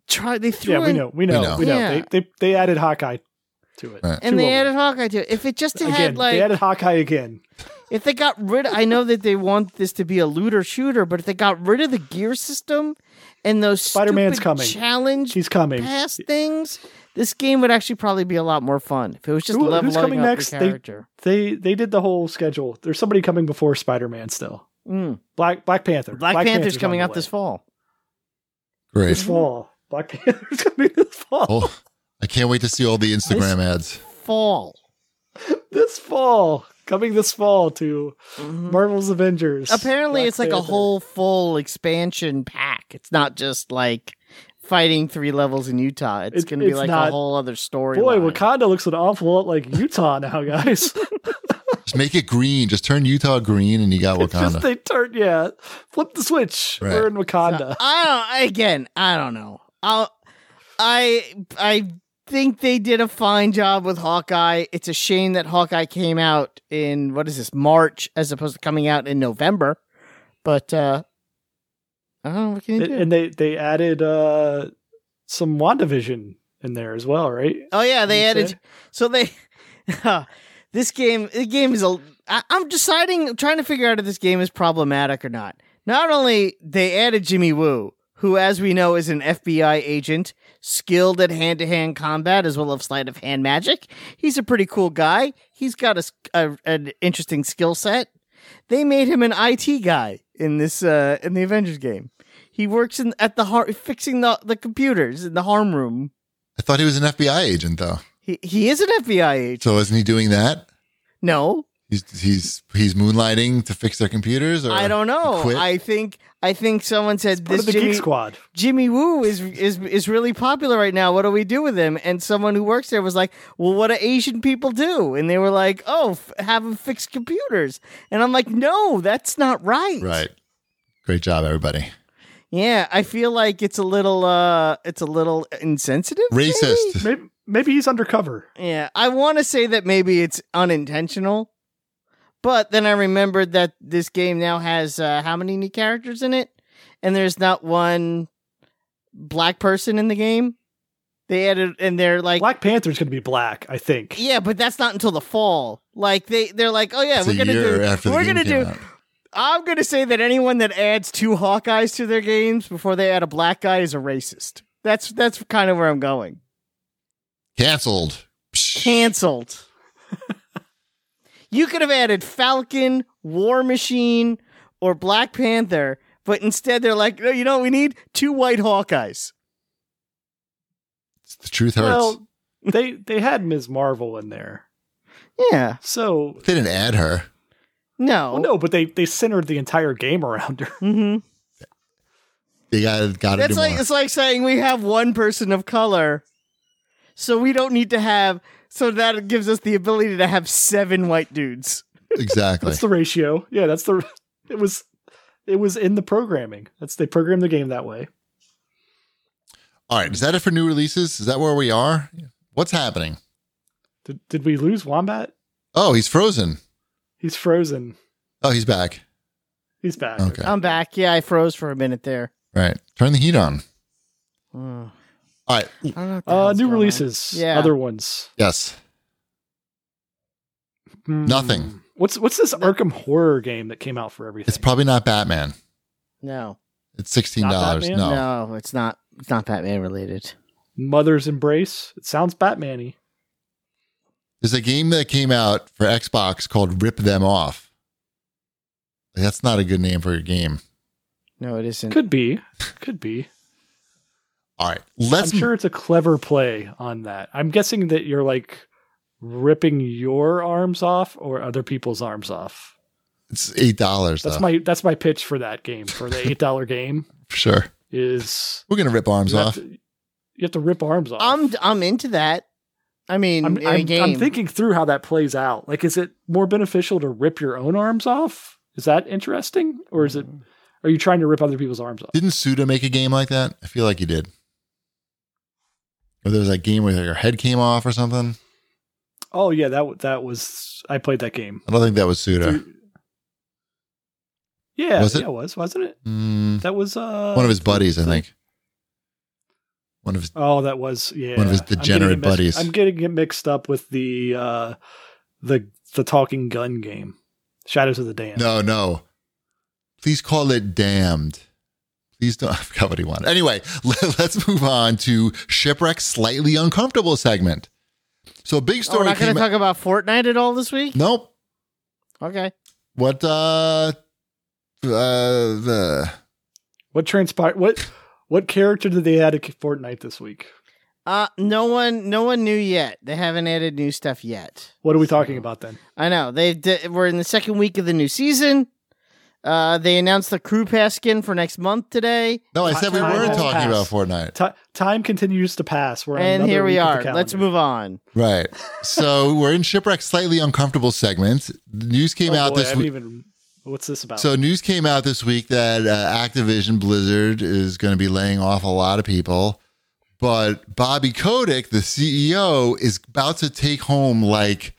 Speaker 1: try. They threw
Speaker 3: Yeah, we
Speaker 1: in
Speaker 3: know, we know, we
Speaker 2: know.
Speaker 3: know.
Speaker 1: Yeah.
Speaker 3: They, they they added Hawkeye to it,
Speaker 2: Right.
Speaker 1: and
Speaker 3: Two
Speaker 1: they
Speaker 3: of 'em.
Speaker 1: added Hawkeye to it. If it just
Speaker 3: again.
Speaker 1: had like
Speaker 3: they added Hawkeye again.
Speaker 1: If they got rid, I know that they want this to be a looter shooter, but if they got rid of the gear system and those
Speaker 3: Spider-Man's
Speaker 1: stupid
Speaker 3: coming.
Speaker 1: challenge
Speaker 3: He's coming.
Speaker 1: pass things, this game would actually probably be a lot more fun if it was just
Speaker 3: Who- who's
Speaker 1: leveling
Speaker 3: coming
Speaker 1: up
Speaker 3: next?
Speaker 1: your
Speaker 3: They-
Speaker 1: character.
Speaker 3: They they did the whole schedule. There's somebody coming before Spider Man still.
Speaker 1: Mm.
Speaker 3: Black Black Panther.
Speaker 1: Black, Panther's
Speaker 3: on
Speaker 1: coming
Speaker 3: the
Speaker 1: out
Speaker 3: way.
Speaker 1: this fall.
Speaker 2: Great.
Speaker 3: This fall. Black Panther's coming this fall.
Speaker 2: Oh, I can't wait to see all the Instagram ads.
Speaker 1: Fall.
Speaker 3: This fall. Coming this fall to
Speaker 1: Mhm.
Speaker 3: Marvel's Avengers.
Speaker 1: Apparently,
Speaker 3: Black
Speaker 1: it's like a
Speaker 3: Panther.
Speaker 1: whole full expansion pack. It's not just like fighting three levels in Utah. It's
Speaker 3: It-
Speaker 1: going to be
Speaker 3: it's
Speaker 1: like a
Speaker 3: not-
Speaker 1: whole other story.
Speaker 3: Boy, Wakanda looks an awful lot like Utah now, guys.
Speaker 2: Just make it green. Just turn Utah green and you got
Speaker 3: It's
Speaker 2: Wakanda.
Speaker 3: just they turn yeah. Flip the switch.
Speaker 2: Right.
Speaker 3: We're in Wakanda.
Speaker 1: I don't. Again, I don't know. I I I think they did a fine job with Hawkeye. It's a shame that Hawkeye came out in what is this March as opposed to coming out in November. But uh I don't know what can you
Speaker 3: And-
Speaker 1: do.
Speaker 3: and they they added uh some WandaVision in there as well, right?
Speaker 1: oh yeah, they
Speaker 3: you
Speaker 1: added.
Speaker 3: said?
Speaker 1: So they this game. The game is a. I, I'm deciding, trying to figure out if this game is problematic or not. Not only they added Jimmy Woo, who, as we know, is an FBI agent skilled at hand to hand combat as well as sleight of hand magic. He's a pretty cool guy. He's got a, s- a- an interesting skill set. They made him an IT guy in this uh, in the Avengers game. He works in at the har- fixing the, the computers in the harm room.
Speaker 2: I thought he was an FBI agent though.
Speaker 1: He he is an FBI agent.
Speaker 2: So isn't he doing that?
Speaker 1: No,
Speaker 2: He's he's he's moonlighting to fix their computers or
Speaker 1: I don't know.
Speaker 2: quit?
Speaker 1: I think I think someone said
Speaker 3: Part
Speaker 1: this
Speaker 3: of the Geek
Speaker 1: Jimmy,
Speaker 3: Squad.
Speaker 1: Jimmy Woo is is is really popular right now. What do we do with him? And someone who works there was like, "Well, what do Asian people do?" And they were like, "Oh, f- have them fix computers." And I'm like, "No, that's not right."
Speaker 2: Right. Great job, everybody.
Speaker 1: Yeah, I feel like it's a little uh it's a little insensitive. maybe?
Speaker 2: Racist.
Speaker 3: Maybe maybe he's undercover.
Speaker 1: Yeah, I want to say that maybe it's unintentional. But then I remembered that this game now has uh, how many new characters in it? And there's not one black person in the game. They added and they're like
Speaker 3: Black Panther's going to be black, I think.
Speaker 1: yeah, but that's not until the fall. Like they they're like, "Oh yeah,
Speaker 2: It's
Speaker 1: we're
Speaker 2: a
Speaker 1: going to
Speaker 2: year
Speaker 1: do
Speaker 2: after the
Speaker 1: we're
Speaker 2: game
Speaker 1: going to
Speaker 2: came
Speaker 1: do
Speaker 2: out.
Speaker 1: I'm going to say that anyone that adds two Hawkeyes to their games before they add a black guy is a racist. That's that's kind of where I'm going.
Speaker 2: Canceled. Psh.
Speaker 1: canceled. you could have added Falcon, War Machine, or Black Panther, but instead they're like, no, you know what we need? Two white Hawkeyes.
Speaker 2: The truth hurts.
Speaker 3: Well, they they had Ms. Marvel in there,
Speaker 1: Yeah.
Speaker 3: so
Speaker 2: they didn't add her.
Speaker 1: No.
Speaker 3: well, no, but they they centered the entire game around her.
Speaker 1: Mm-hmm.
Speaker 2: They got got to do
Speaker 1: That's like
Speaker 2: more.
Speaker 1: it's like saying we have one person of color, so we don't need to have. So that gives us the ability to have seven white dudes.
Speaker 2: Exactly.
Speaker 3: That's the ratio. Yeah, that's the. It was, it was in the programming. That's they programmed the game that way.
Speaker 2: All right. Is that it for new releases? Is that where we are? What's happening?
Speaker 3: Did did we lose Wombat?
Speaker 2: Oh, he's frozen.
Speaker 3: He's frozen.
Speaker 2: Oh, he's back.
Speaker 3: He's back.
Speaker 2: Okay.
Speaker 1: I'm back. Yeah, I froze for a minute there.
Speaker 2: Right. Turn the heat on.
Speaker 1: Mm.
Speaker 2: All right.
Speaker 1: I don't know what the
Speaker 3: Uh,
Speaker 1: hell's
Speaker 3: new
Speaker 1: going on.
Speaker 3: releases.
Speaker 1: Yeah.
Speaker 3: Other ones.
Speaker 2: Yes.
Speaker 3: Hmm.
Speaker 2: Nothing.
Speaker 3: What's what's this Arkham horror game that came out for everything?
Speaker 2: It's probably not Batman.
Speaker 1: No,
Speaker 2: It's sixteen dollars.
Speaker 3: Batman?
Speaker 2: No.
Speaker 1: no, it's not. It's not Batman related.
Speaker 3: Mother's Embrace. It sounds Batman-y.
Speaker 2: There's a game that came out for Xbox called Rip Them Off. Like, That's not a good name for your game.
Speaker 1: No, it isn't.
Speaker 3: Could be. Could be.
Speaker 2: All right. Let's
Speaker 3: I'm sure it's a clever play on that. I'm guessing that you're like ripping your arms off or other people's arms off.
Speaker 2: it's eight dollars
Speaker 3: That's
Speaker 2: though.
Speaker 3: my that's my pitch for that game. For the eight dollar game
Speaker 2: for sure.
Speaker 3: is
Speaker 2: We're gonna rip arms
Speaker 3: you have
Speaker 2: off.
Speaker 3: to- you have to rip arms off.
Speaker 1: I'm I'm into that. I mean,
Speaker 3: I'm,
Speaker 1: in a
Speaker 3: I'm-
Speaker 1: game.
Speaker 3: I'm thinking through how that plays out. Like, is it more beneficial to rip your own arms off? Is that interesting, or is it? Are you trying to rip other people's arms off?
Speaker 2: Didn't Suda make a game like that? I feel like he did. Or there was that game where your head came off or something.
Speaker 3: Oh yeah, that w- that was I played that game.
Speaker 2: I don't think that was Suda.
Speaker 3: Through- Yeah,
Speaker 2: Was it?
Speaker 3: yeah, it was wasn't it?
Speaker 2: Mm,
Speaker 3: That was uh,
Speaker 2: one of his buddies, I think. One of his
Speaker 3: Oh, that was yeah.
Speaker 2: One of his
Speaker 3: I'm getting
Speaker 2: degenerate
Speaker 3: it mixed-
Speaker 2: buddies.
Speaker 3: I'm getting it mixed up with the uh, the the talking gun game, Shadows of the Dam.
Speaker 2: No, no. Please call it damned. Please don't. I forgot what he wanted. Anyway, let, us move on to Shipwreck's slightly uncomfortable segment. So, a big
Speaker 1: Oh, we're
Speaker 2: story
Speaker 1: not going
Speaker 2: came
Speaker 1: to
Speaker 2: out.
Speaker 1: talk about Fortnite at all this week.
Speaker 2: Nope.
Speaker 1: Okay.
Speaker 2: What, uh, uh, the.
Speaker 3: What transpired? What what character did they add to Fortnite this week?
Speaker 1: Uh, no one, no one knew yet. They haven't added new stuff yet.
Speaker 3: What are we talking about then?
Speaker 1: I know they d- we're in the second week of the new season. Uh, they announced the crew pass skin for next month today,
Speaker 2: No, I said we
Speaker 3: Time
Speaker 2: weren't
Speaker 3: has
Speaker 2: talking about
Speaker 3: passed.
Speaker 2: Fortnite.
Speaker 3: Ti time continues to pass. We're on
Speaker 1: and
Speaker 3: another
Speaker 1: here we
Speaker 3: week of
Speaker 1: are.
Speaker 3: the
Speaker 1: Let's
Speaker 3: calendar.
Speaker 1: move on.
Speaker 2: Right. So, we're in Shipwreck's slightly uncomfortable segment. The news came
Speaker 3: Oh,
Speaker 2: out
Speaker 3: boy, I
Speaker 2: this
Speaker 3: haven't
Speaker 2: week.
Speaker 3: Even, what's this about?
Speaker 2: So news came out this week that uh, Activision Blizzard is going to be laying off a lot of people, but Bobby Kotick, the CEO, is about to take home like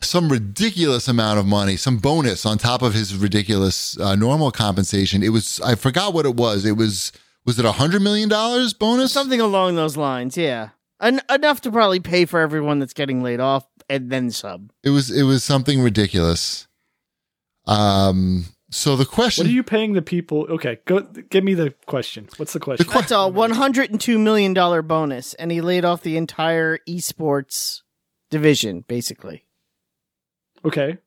Speaker 2: some ridiculous amount of money, some bonus on top of his ridiculous uh, normal compensation. It was I forgot what it was. It was was it a hundred million dollars bonus?
Speaker 1: Something along those lines, yeah. En- enough to probably pay for everyone that's getting laid off and then sub.
Speaker 2: It was it was something ridiculous. Um. So the question
Speaker 3: what are you paying the people? Okay, go give me the question. What's the question?
Speaker 1: That's a one hundred and two million dollar bonus, and he laid off the entire esports division basically.
Speaker 3: Okay,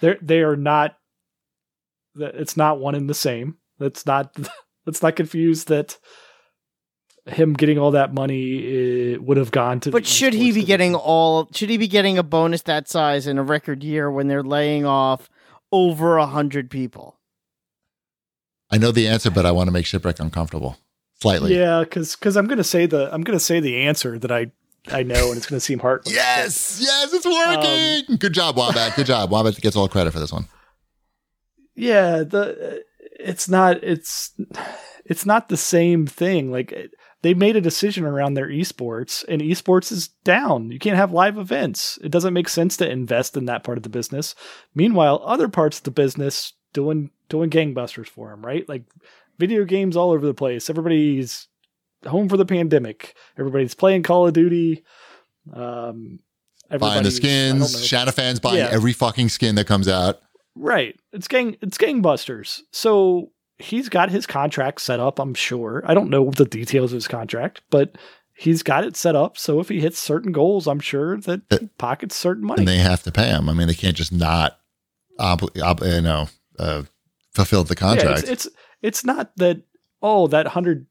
Speaker 3: they they are not. that- It's not one and the same. Let's not let's not confuse that. Him getting all that money uh would have gone to.
Speaker 1: But
Speaker 3: the
Speaker 1: should he
Speaker 3: esports
Speaker 1: be getting
Speaker 3: division.
Speaker 1: all? Should he be getting a bonus that size in a record year when they're laying off over a hundred people?
Speaker 2: I know the answer, but I want to make shipwreck uncomfortable slightly.
Speaker 3: Yeah, because I'm gonna say the I'm gonna say the answer that I I know, and it's gonna seem heartless.
Speaker 2: Yes, yes, it's working.
Speaker 3: Um,
Speaker 2: Good job, Wombat. Good job. Wombat gets all credit for this one.
Speaker 3: yeah the uh, it's not it's it's not the same thing like it- they made a decision around their esports and esports is down you can't have live events it doesn't make sense to invest in that part of the business meanwhile other parts of the business doing doing gangbusters for them right like video games all over the place everybody's home for the pandemic everybody's playing call of duty
Speaker 2: Buying
Speaker 3: um
Speaker 2: the
Speaker 3: everybody's- I don't
Speaker 2: skins.
Speaker 3: know.
Speaker 2: Shadow fans buying
Speaker 3: Yeah.
Speaker 2: every fucking skin that comes out.
Speaker 3: Right. It's gang it's gangbusters. So he's got his contract set up, I'm sure. I don't know the details of his contract, but he's got it set up so if he hits certain goals, I'm sure that
Speaker 2: Uh,
Speaker 3: he pockets certain money.
Speaker 2: And they have to pay him. I mean, they can't just not, obli- ob- you know, uh, fulfill the
Speaker 3: yeah,
Speaker 2: contract.
Speaker 3: it's, it's it's not that oh, that 100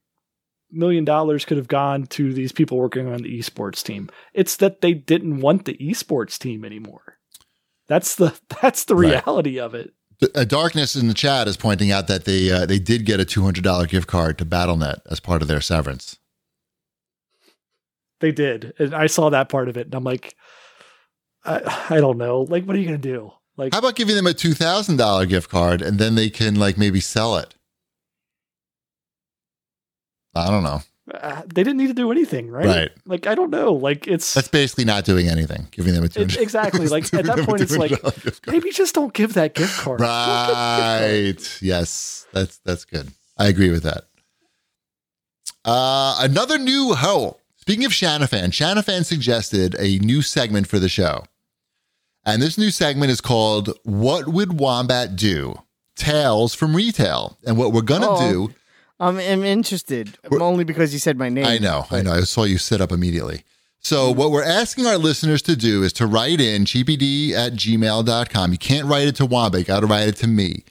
Speaker 3: million dollars could have gone to these people working on the esports team. It's that they didn't want the esports team anymore. That's the that's the
Speaker 2: Right.
Speaker 3: reality of it.
Speaker 2: Uh, Darkness in the chat is pointing out that they uh, they did get a two hundred dollar gift card to BattleNet as part of their severance.
Speaker 3: They did, and I saw that part of it, and I'm like, I, I don't know. Like, what are you gonna do? Like,
Speaker 2: How about giving them a two thousand dollar gift card and then they can like maybe sell it? I don't know.
Speaker 3: uh, they didn't need to do anything, right?
Speaker 2: Right.
Speaker 3: Like, I don't know. Like, it's
Speaker 2: That's basically not doing anything. Giving them a two
Speaker 3: It-
Speaker 2: hundred
Speaker 3: exactly. Like, at that point, it's like, maybe just don't give that gift card. Don't give that gift card.
Speaker 2: right. Yes, that's that's good. I agree with that. Uh, another new ho. Speaking of Shanafan, Shanafan suggested a new segment for the show, and this new segment is called "What Would Wombat Do." Tales from retail, and what we're gonna
Speaker 1: Oh,
Speaker 2: do
Speaker 1: I'm, I'm interested
Speaker 2: We're-
Speaker 1: only because you said my name.
Speaker 2: I know, I know. I saw you sit up immediately. So, what we're asking our listeners to do is to write in gpd at gmail.com. You can't write it to Wamba, you got to write it to me.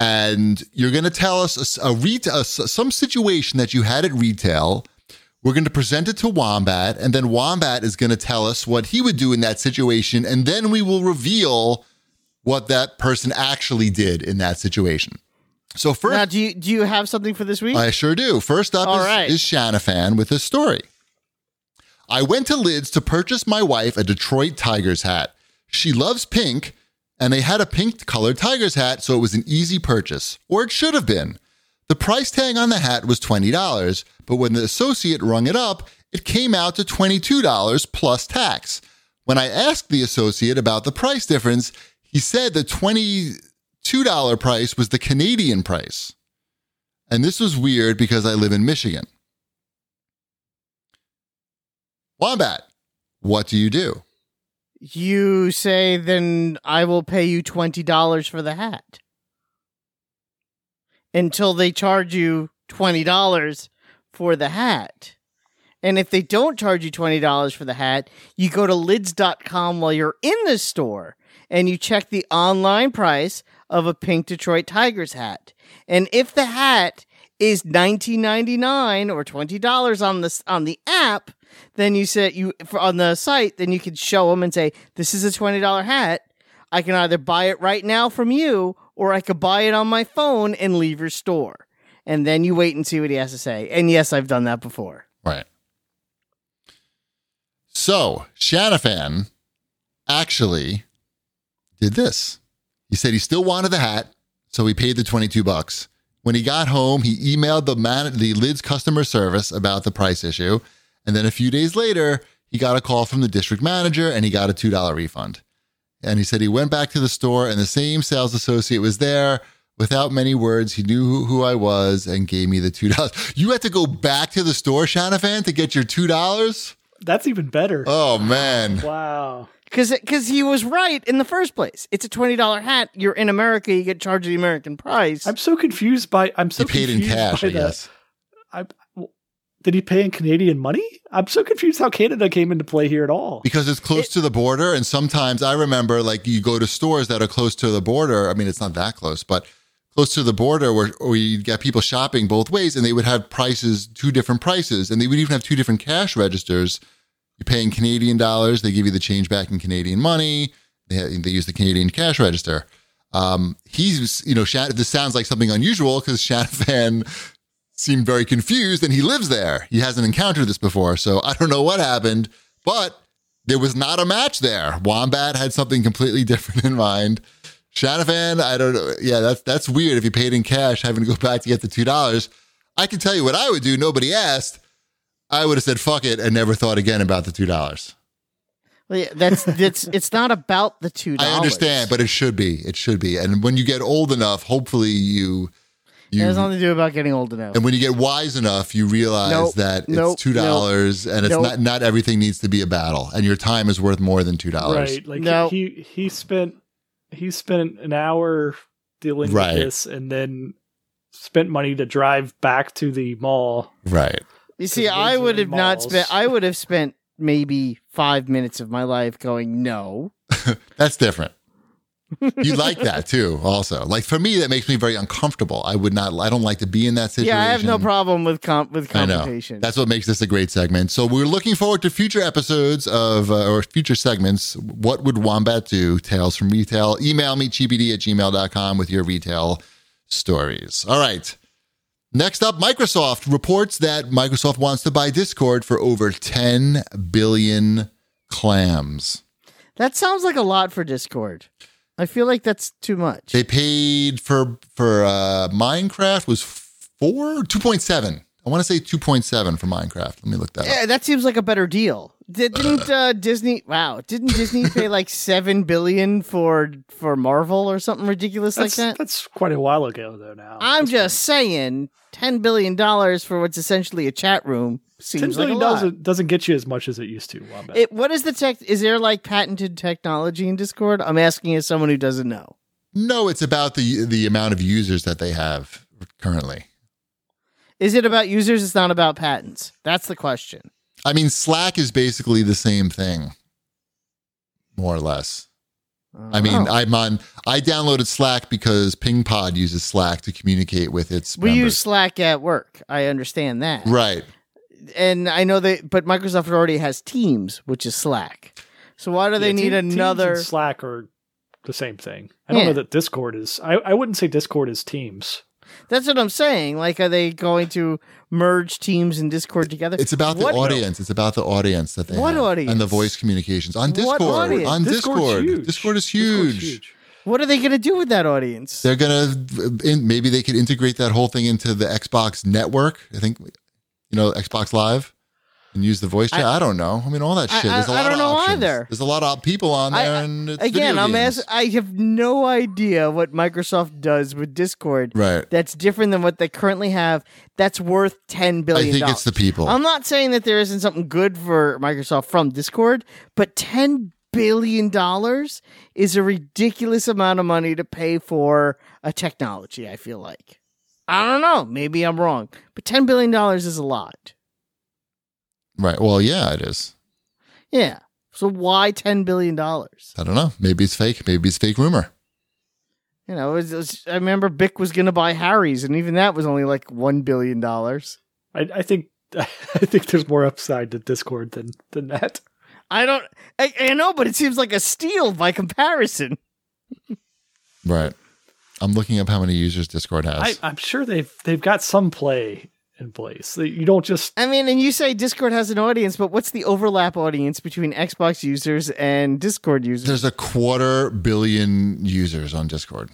Speaker 2: And you're going to tell us a, s- a ret- a s- some situation that you had at retail. We're going to present it to Wombat, and then Wombat is going to tell us what he would do in that situation. And then we will reveal what that person actually did in that situation. So, first,
Speaker 1: Now, do you do you have something for this week?
Speaker 2: I sure do. First up
Speaker 1: All
Speaker 2: is,
Speaker 1: right.
Speaker 2: is Shanafan with his story. I went to Lids to purchase my wife a Detroit Tigers hat. She loves pink, and they had a pink colored Tigers hat, so it was an easy purchase, or it should have been. The price tag on the hat was $20, but when the associate rung it up, it came out to $22 plus tax. When I asked the associate about the price difference, he said the $22 price was the Canadian price. And this was weird because I live in Michigan. Wombat, what do you do?
Speaker 1: you say then I will pay you twenty dollars for the hat until they charge you twenty dollars for the hat. And if they don't charge you twenty dollars for the hat, you go to lids.com while you're in the store and you check the online price of a pink Detroit Tigers hat. And if the hat is $19.99 or $20 on the on the app, then you say you for, on the site, then you can show them and say, "This is a $20 hat. I can either buy it right now from you or I could buy it on my phone and leave your store." And then you wait and see what he has to say. And yes, I've done that before.
Speaker 2: Right. So, Shanafan actually did this. He said he still wanted the hat, so he paid the 22 bucks. When he got home, he emailed the man- the Lids customer service about the price issue, and then a few days later, he got a call from the district manager and he got a $2 refund. And he said he went back to the store and the same sales associate was there. Without many words, he knew who, who I was and gave me the $2. You had to go back to the store, Shanafan, to get your $2?
Speaker 3: That's even better.
Speaker 2: Oh, man.
Speaker 3: wow.
Speaker 1: Cause, cause he was right in the first place. It's a twenty dollar hat. You're in America. You get charged the American price.
Speaker 3: I'm so confused by. I'm so
Speaker 2: He paid in
Speaker 3: confused
Speaker 2: cash,
Speaker 3: by
Speaker 2: I
Speaker 3: that.
Speaker 2: guess.
Speaker 3: I, w- did he pay in Canadian money? I'm so confused how Canada came into play here at all.
Speaker 2: Because it's close to the border. And sometimes I remember, like, you go to stores that are close to the border. I mean, it's not that close, but close to the border where, where you get people shopping both ways and they would have prices, two different prices, and they would even have two different cash registers. You pay in Canadian dollars, they give you the change back in Canadian money. They, they use the Canadian cash register. Um, he's, you know, Shan- this sounds like something unusual because Shanafan seemed very confused and he lives there. He hasn't encountered this before. So I don't know what happened, but there was not a match there. Wombat had something completely different in mind. Shanafan, I don't know. Yeah, that's that's weird. If you paid in cash, having to go back to get the two dollars, I can tell you what I would do. Nobody asked. I would have said fuck it and never thought again about the two dollars.
Speaker 1: Well, yeah, that's that's it's not about the two dollars.
Speaker 2: I understand, but it should be. It should be. And when you get old enough, hopefully you
Speaker 1: it
Speaker 2: you
Speaker 1: has nothing to do about getting old enough.
Speaker 2: and when you get wise enough, you realize
Speaker 1: Nope,
Speaker 2: that it's
Speaker 1: nope,
Speaker 2: two dollars and it's
Speaker 1: nope.
Speaker 2: not not everything needs to be a battle, and your time is worth more than two dollars.
Speaker 3: Right. Like
Speaker 1: No.
Speaker 3: he he spent he spent an hour dealing
Speaker 2: Right.
Speaker 3: with this and then spent money to drive back to the mall.
Speaker 2: right.
Speaker 1: You see,
Speaker 3: those
Speaker 1: I
Speaker 3: are
Speaker 1: would
Speaker 3: the
Speaker 1: have not
Speaker 3: malls.
Speaker 1: spent. I would have spent maybe five minutes of my life going no.
Speaker 2: That's different. You like that too, also. Like for me, that makes me very uncomfortable. I would not. I don't like to be in that situation.
Speaker 1: Yeah, I have no problem with comp with
Speaker 2: I know.
Speaker 1: computation.
Speaker 2: That's what makes this a great segment. So we're looking forward to future episodes of, uh, or future segments. What would Wombat do? Tales from Retail. Email me, chbd at gmail.com with your retail stories. All right. Next up, Microsoft reports that Microsoft wants to buy Discord for over 10 billion clams.
Speaker 1: that sounds like a lot for Discord. I feel like that's too much.
Speaker 2: They paid for for uh, Minecraft was four two point seven. I want to say two point seven for Minecraft. Let me look that up.
Speaker 1: yeah, that seems like a better deal. Di- Didn't uh, Disney? Wow, didn't Disney pay like seven billion for for Marvel or something ridiculous
Speaker 3: That's,
Speaker 1: like that?
Speaker 3: that's quite a while ago, though. Now
Speaker 1: I'm
Speaker 3: That's
Speaker 1: just saying, ten billion dollars for what's essentially a chat room
Speaker 3: fine. ten
Speaker 1: seems like a
Speaker 3: billion
Speaker 1: lot.
Speaker 3: doesn't doesn't get you as much as it used to. Wombat.
Speaker 1: It, what is the tech? Is there like patented technology in Discord? I'm asking as someone who doesn't know.
Speaker 2: No, it's about the the amount of users that they have currently.
Speaker 1: Is it about users? It's not about patents. That's the question.
Speaker 2: I mean, Slack is basically the same thing, more or less. I mean,
Speaker 1: Oh.
Speaker 2: I'm on. I downloaded Slack because PingPod uses Slack to communicate with its
Speaker 1: we use
Speaker 2: members.
Speaker 1: Slack at work. I understand that.
Speaker 2: right.
Speaker 1: and I know they, but Microsoft already has Teams, which is Slack. So why do they
Speaker 3: Yeah,
Speaker 1: need
Speaker 3: Team- Teams and
Speaker 1: another?
Speaker 3: Slack or the same thing. I don't
Speaker 1: Yeah.
Speaker 3: know that Discord is. I, I wouldn't say Discord is Teams.
Speaker 1: That's what I'm saying. Like, are they going to merge Teams and Discord together?
Speaker 2: It's about the
Speaker 1: What-
Speaker 2: audience. It's about the audience that they
Speaker 1: What
Speaker 2: have and the
Speaker 1: audience?
Speaker 2: voice communications on
Speaker 1: What
Speaker 2: Discord.
Speaker 1: audience?
Speaker 2: On
Speaker 3: Discord's
Speaker 2: Discord,
Speaker 3: huge.
Speaker 2: Discord is
Speaker 3: Discord's
Speaker 2: huge.
Speaker 1: What are they going to do with that audience?
Speaker 2: They're gonna in, maybe they could integrate that whole thing into the Xbox network. I think you know Xbox Live and use the voice chat. I, don't know. I mean, all that
Speaker 1: I-
Speaker 2: shit. There's a
Speaker 1: I- I
Speaker 2: lot
Speaker 1: don't
Speaker 2: of
Speaker 1: know
Speaker 2: options.
Speaker 1: either.
Speaker 2: There's a lot of people on
Speaker 1: I-
Speaker 2: there, and it's
Speaker 1: Again,
Speaker 2: video
Speaker 1: I'm
Speaker 2: games.
Speaker 1: as I have no idea what Microsoft does with Discord.
Speaker 2: right.
Speaker 1: That's different than what they currently have. That's worth ten billion.
Speaker 2: I think it's the people.
Speaker 1: I'm not saying that there isn't something good for Microsoft from Discord, but ten billion dollars is a ridiculous amount of money to pay for a technology. I feel like I don't know. Maybe I'm wrong, but ten billion dollars is a lot.
Speaker 2: right. Well, yeah, it is.
Speaker 1: Yeah. So why ten billion dollars?
Speaker 2: I don't know. Maybe it's fake. Maybe it's fake rumor.
Speaker 1: You know, it was, it was- I remember Bick was going to buy Harry's, and even that was only like one billion dollars.
Speaker 3: I, I think I think there's more upside to Discord than than that.
Speaker 1: I don't, I, I know, but it seems like a steal by comparison.
Speaker 2: Right. I'm looking up how many users Discord has.
Speaker 3: I, I'm sure they've they've got some play in place. They- You don't just
Speaker 1: I mean, and you say Discord has an audience, but what's the overlap audience between Xbox users and Discord users?
Speaker 2: There's a quarter billion users on Discord.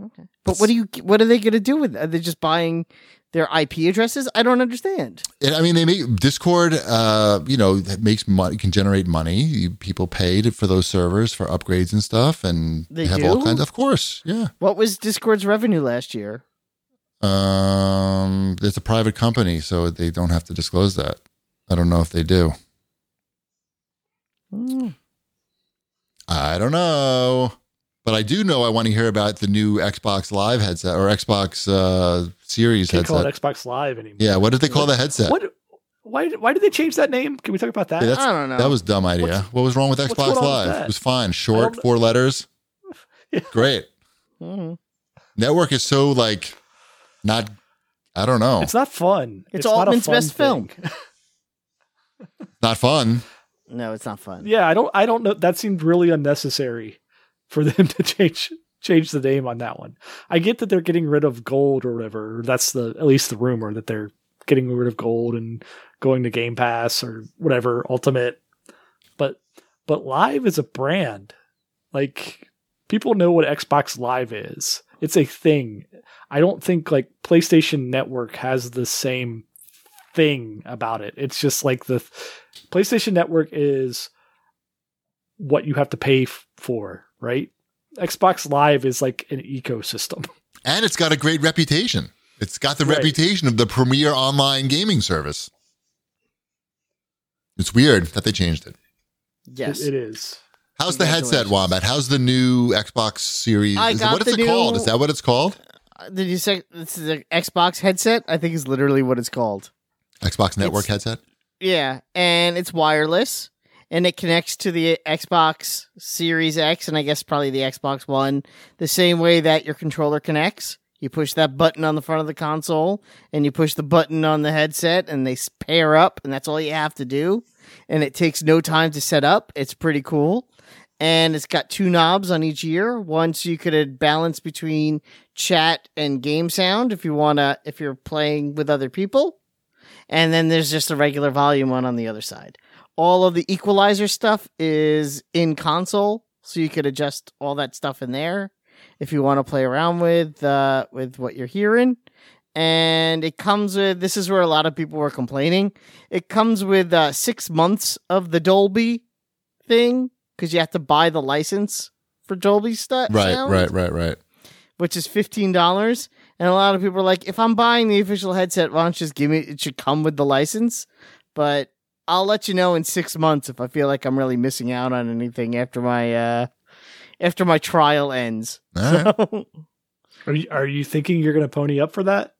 Speaker 1: Okay. But what do you what are they going to do with? Are they just buying their IP addresses? I don't understand.
Speaker 2: And, I mean, they make Discord. Uh, you know, that makes money can generate money. You, people paid for those servers for upgrades and stuff, and
Speaker 1: They
Speaker 2: have all
Speaker 1: do?
Speaker 2: kinds. Of course, yeah.
Speaker 1: What was Discord's revenue last year?
Speaker 2: Um, it's a private company, so they don't have to disclose that. I don't know if they do.
Speaker 3: Mm.
Speaker 2: I don't know, but I do know. I want to hear about the new Xbox Live headset or Xbox uh, Series
Speaker 3: can't call
Speaker 2: headset.
Speaker 3: it Xbox Live anymore.
Speaker 2: Yeah, what did they call the headset?
Speaker 3: What? Why? Why did they change that name? Can we talk about that?
Speaker 2: Yeah, that's-
Speaker 1: I don't know.
Speaker 2: That was a dumb idea.
Speaker 3: What's-
Speaker 2: what was wrong with
Speaker 3: what's
Speaker 2: Xbox
Speaker 3: going on with
Speaker 2: Live?
Speaker 3: that?
Speaker 2: it was fine.
Speaker 3: I
Speaker 2: Short,
Speaker 3: don't-
Speaker 2: four letters.
Speaker 3: Yeah.
Speaker 2: Great.
Speaker 1: Mhm.
Speaker 3: Mm-hmm.
Speaker 2: Network is so like not. I don't know.
Speaker 3: It's not fun.
Speaker 1: It's
Speaker 3: not a
Speaker 1: Altman's
Speaker 3: fun
Speaker 1: best film.
Speaker 3: thing.
Speaker 2: not fun.
Speaker 1: No, it's not fun.
Speaker 3: Yeah, I don't. I don't know. That seemed really unnecessary for them to change change the name on that one. I get that they're getting rid of gold or whatever. or That's the at least the rumor that they're getting rid of gold and going to Game Pass or whatever Ultimate. But but Live is a brand. Like people know what Xbox Live is. It's a thing. I don't think like PlayStation Network has the same thing about it. It's just like the PlayStation Network is what you have to pay f- for, right? Xbox Live is like an ecosystem.
Speaker 2: And it's got a great reputation. It's got the
Speaker 3: Right.
Speaker 2: reputation of the premier online gaming service. It's weird that they changed it.
Speaker 1: Yes.
Speaker 3: It- it is.
Speaker 2: How's the headset,
Speaker 1: Congratulations.
Speaker 2: Wombat? How's the new Xbox Series?
Speaker 1: I
Speaker 2: is it,
Speaker 1: got
Speaker 2: what is
Speaker 1: the
Speaker 2: it called?
Speaker 1: new-
Speaker 2: Is that what it's called?
Speaker 1: Uh, Did you say this is an Xbox headset? I think is literally what it's called.
Speaker 2: Xbox Network headset?
Speaker 1: Yeah, and it's wireless. and it connects to the Xbox Series X and I guess probably the Xbox One the same way that your controller connects. You push that button on the front of the console and you push the button on the headset and they s- pair up and that's all you have to do. And it takes no time to set up. It's pretty cool. And it's got two knobs on each ear. One so you could uh, balance between chat and game sound if you wanna if you're playing with other people. And then there's just a regular volume one on the other side. All of the equalizer stuff is in console, so you could adjust all that stuff in there if you want to play around with uh, with what you're hearing. And it comes with this is where a lot of people were complaining. It comes with uh, six months of the Dolby thing because you have to buy the license for Dolby stuff.
Speaker 2: Right, right, right, right.
Speaker 1: Which is fifteen dollars. And a lot of people are like, if I'm buying the official headset, why don't you just give me it should come with the license? But I'll let you know in six months if I feel like I'm really missing out on anything after my uh after my trial ends.
Speaker 2: All right.
Speaker 3: Are you, are you thinking you're going to pony up for that?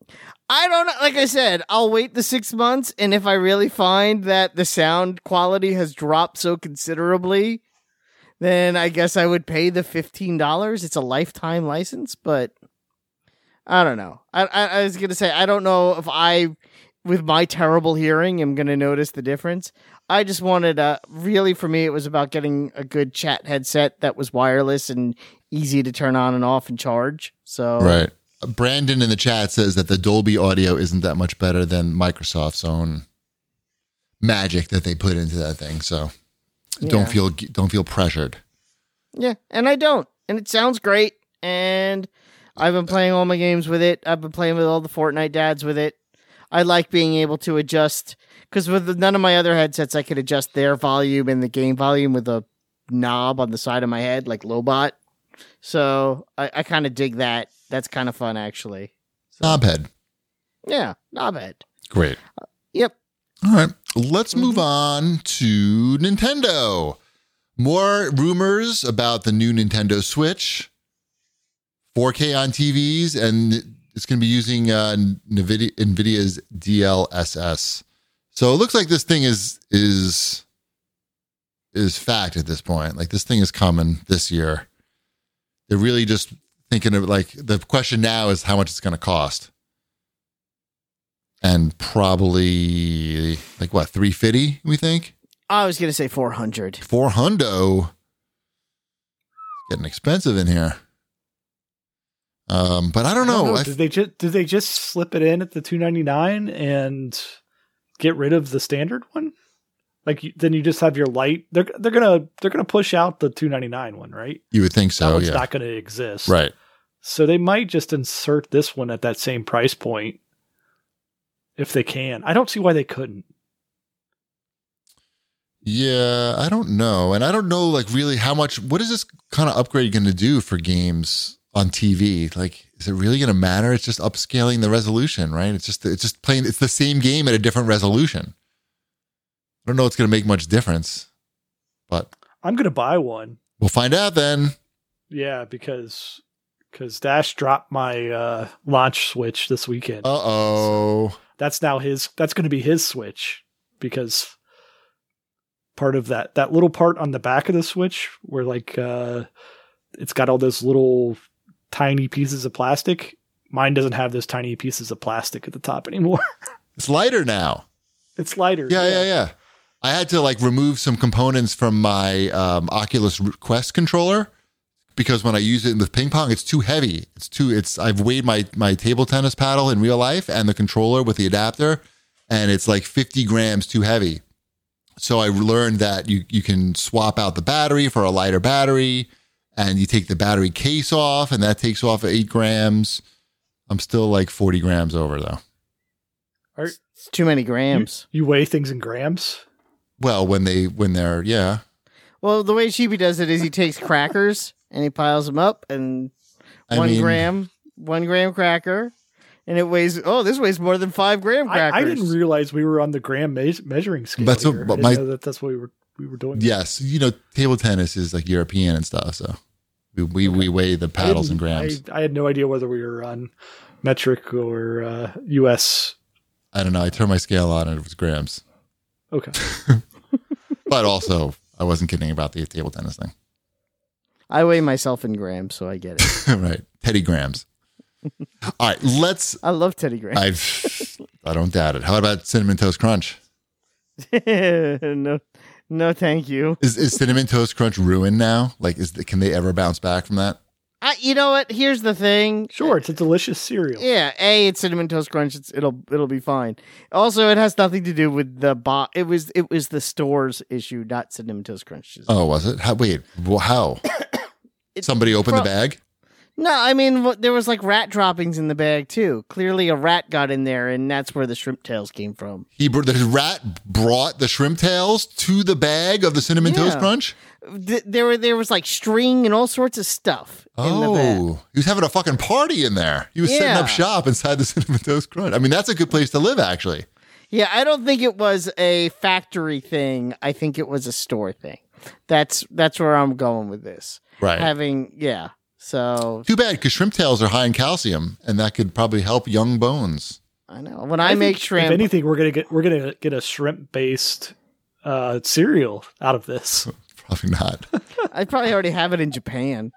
Speaker 1: I don't know. Like I said, I'll wait the six months, and if I really find that the sound quality has dropped so considerably, then I guess I would pay the fifteen dollars. It's a lifetime license, but I don't know. I, I, I was gonna say I don't know if I, with my terrible hearing, am gonna notice the difference. I just wanted a really for me. It was about getting a good chat headset that was wireless and easy to turn on and off and charge. So
Speaker 2: Right. Brandon in the chat says that the Dolby audio isn't that much better than Microsoft's own magic that they put into that thing. So
Speaker 1: Yeah.
Speaker 2: don't feel don't feel pressured.
Speaker 1: Yeah, and I don't. And it sounds great. And I've been playing all my games with it. I've been playing with all the Fortnite dads with it. I like being able to adjust because with none of my other headsets, I could adjust their volume and the game volume with a knob on the side of my head, like Lobot. So I, I kind of dig that. That's kind of fun, actually.
Speaker 2: Knobhead.
Speaker 1: Yeah, knobhead.
Speaker 2: Great.
Speaker 1: Yep.
Speaker 2: All right. Let's move on to Nintendo. More rumors about the new Nintendo Switch, 4K on TVs, and it's going to be using uh, NVIDIA, NVIDIA's DLSS. So it looks like this thing is is is fact at this point. Like this thing is coming this year. They're really just thinking of like the question now is how much it's going to cost and probably like what 350 we think
Speaker 1: I was going to say 400.
Speaker 2: 400 It's getting expensive in here um but i don't know, I
Speaker 3: did they just did they just slip it in at the 299 and get rid of the standard one? Like you, then you just have your light. They're they're gonna they're gonna push out the 299 one, right?
Speaker 2: you would think
Speaker 3: That
Speaker 2: so
Speaker 3: one's
Speaker 2: yeah
Speaker 3: not gonna exist,
Speaker 2: right
Speaker 3: So they might just insert this one at that same price point if they can. I don't see why they couldn't.
Speaker 2: yeah i don't know and i don't know like really how much what is this kind of upgrade going to do for games on tv like is it really going to matter it's just upscaling the resolution right it's just it's just playing it's the same game at a different resolution i don't know it's going to make much difference but
Speaker 3: I'm gonna buy one.
Speaker 2: We'll find out then.
Speaker 3: Yeah, because because Dash dropped my uh, launch switch this weekend.
Speaker 2: Uh oh.
Speaker 3: that's now his. That's going to be his switch because part of that that little part on the back of the switch where like uh, it's got all those little tiny pieces of plastic. Mine doesn't have those tiny pieces of plastic at the top anymore.
Speaker 2: It's lighter now.
Speaker 3: it's lighter.
Speaker 2: Yeah, yeah, yeah. I had to like remove some components from my um, Oculus Quest controller because when I use it with ping pong, it's too heavy. It's too. It's. I've weighed my my table tennis paddle in real life and the controller with the adapter, and it's like fifty grams too heavy. So I learned that you you can swap out the battery for a lighter battery, and you take the battery case off, and that takes off eight grams. I'm still like forty grams over though.
Speaker 1: It's too many
Speaker 3: You,
Speaker 1: grams.
Speaker 3: you weigh things in grams.
Speaker 2: Well, when they when they're yeah,
Speaker 1: Well, the way Chibi does it is he takes crackers and he piles them up and one gram, one gram cracker, and it weighs. Oh, this weighs more than five gram crackers.
Speaker 3: I, I didn't realize we were on the gram me- measuring scale.
Speaker 2: That's what-
Speaker 3: here.
Speaker 2: but
Speaker 3: I didn't
Speaker 2: my-
Speaker 3: know that that's what we were we were doing.
Speaker 2: Yes, you know table tennis is like European and stuff, so we we, we weigh the
Speaker 3: I
Speaker 2: paddles and
Speaker 3: didn't-
Speaker 2: grams.
Speaker 3: I, I had no idea whether we were on metric or uh, U.S.
Speaker 2: I, don't know. I turned my scale on and it was grams,
Speaker 3: Okay,
Speaker 2: but also I wasn't kidding about the table tennis thing.
Speaker 1: I weigh myself in grams, so I get it.
Speaker 2: right. Teddy Grams. All right. Let's.
Speaker 1: I love Teddy Graham.
Speaker 2: I've. I don't doubt it. How about cinnamon toast crunch?
Speaker 1: no, no, thank you.
Speaker 2: Is, is cinnamon toast crunch ruined now? Like, is can they ever bounce back from that?
Speaker 1: I, you know what? Here's the thing.
Speaker 3: Sure, it's a delicious cereal.
Speaker 1: Yeah, a it's cinnamon toast crunch. It's, it'll it'll be fine. Also, it has nothing to do with the box. It was it was the store's issue, not cinnamon toast crunches.
Speaker 2: Oh, was it? How, wait. wh- How?
Speaker 1: It-
Speaker 2: Somebody opened
Speaker 1: Pro-
Speaker 2: the bag.
Speaker 1: No, I mean wh- there was like rat droppings in the bag too. Clearly, a rat got in there, and that's where the shrimp tails came from.
Speaker 2: He br- the rat brought the shrimp tails to the bag of the cinnamon toast
Speaker 1: Yeah.
Speaker 2: crunch.
Speaker 1: Th- there were there was like string and all sorts of stuff in the bag.
Speaker 2: Oh, he was having a fucking party in there. He was setting
Speaker 1: Yeah.
Speaker 2: up shop inside the cinnamon toast crunch. I mean, that's a good place to live, actually.
Speaker 1: Yeah, I don't think it was a factory thing. I think it was a store thing. That's that's where I'm going with this.
Speaker 2: Right.
Speaker 1: Having yeah, so
Speaker 2: Too bad because shrimp tails are high in calcium, and that could probably help young bones.
Speaker 1: I know when I, make
Speaker 3: think,
Speaker 1: shrimp.
Speaker 3: If anything, we're gonna get we're gonna get a shrimp based uh, cereal out of this.
Speaker 2: Probably not.
Speaker 1: I probably already have it in Japan.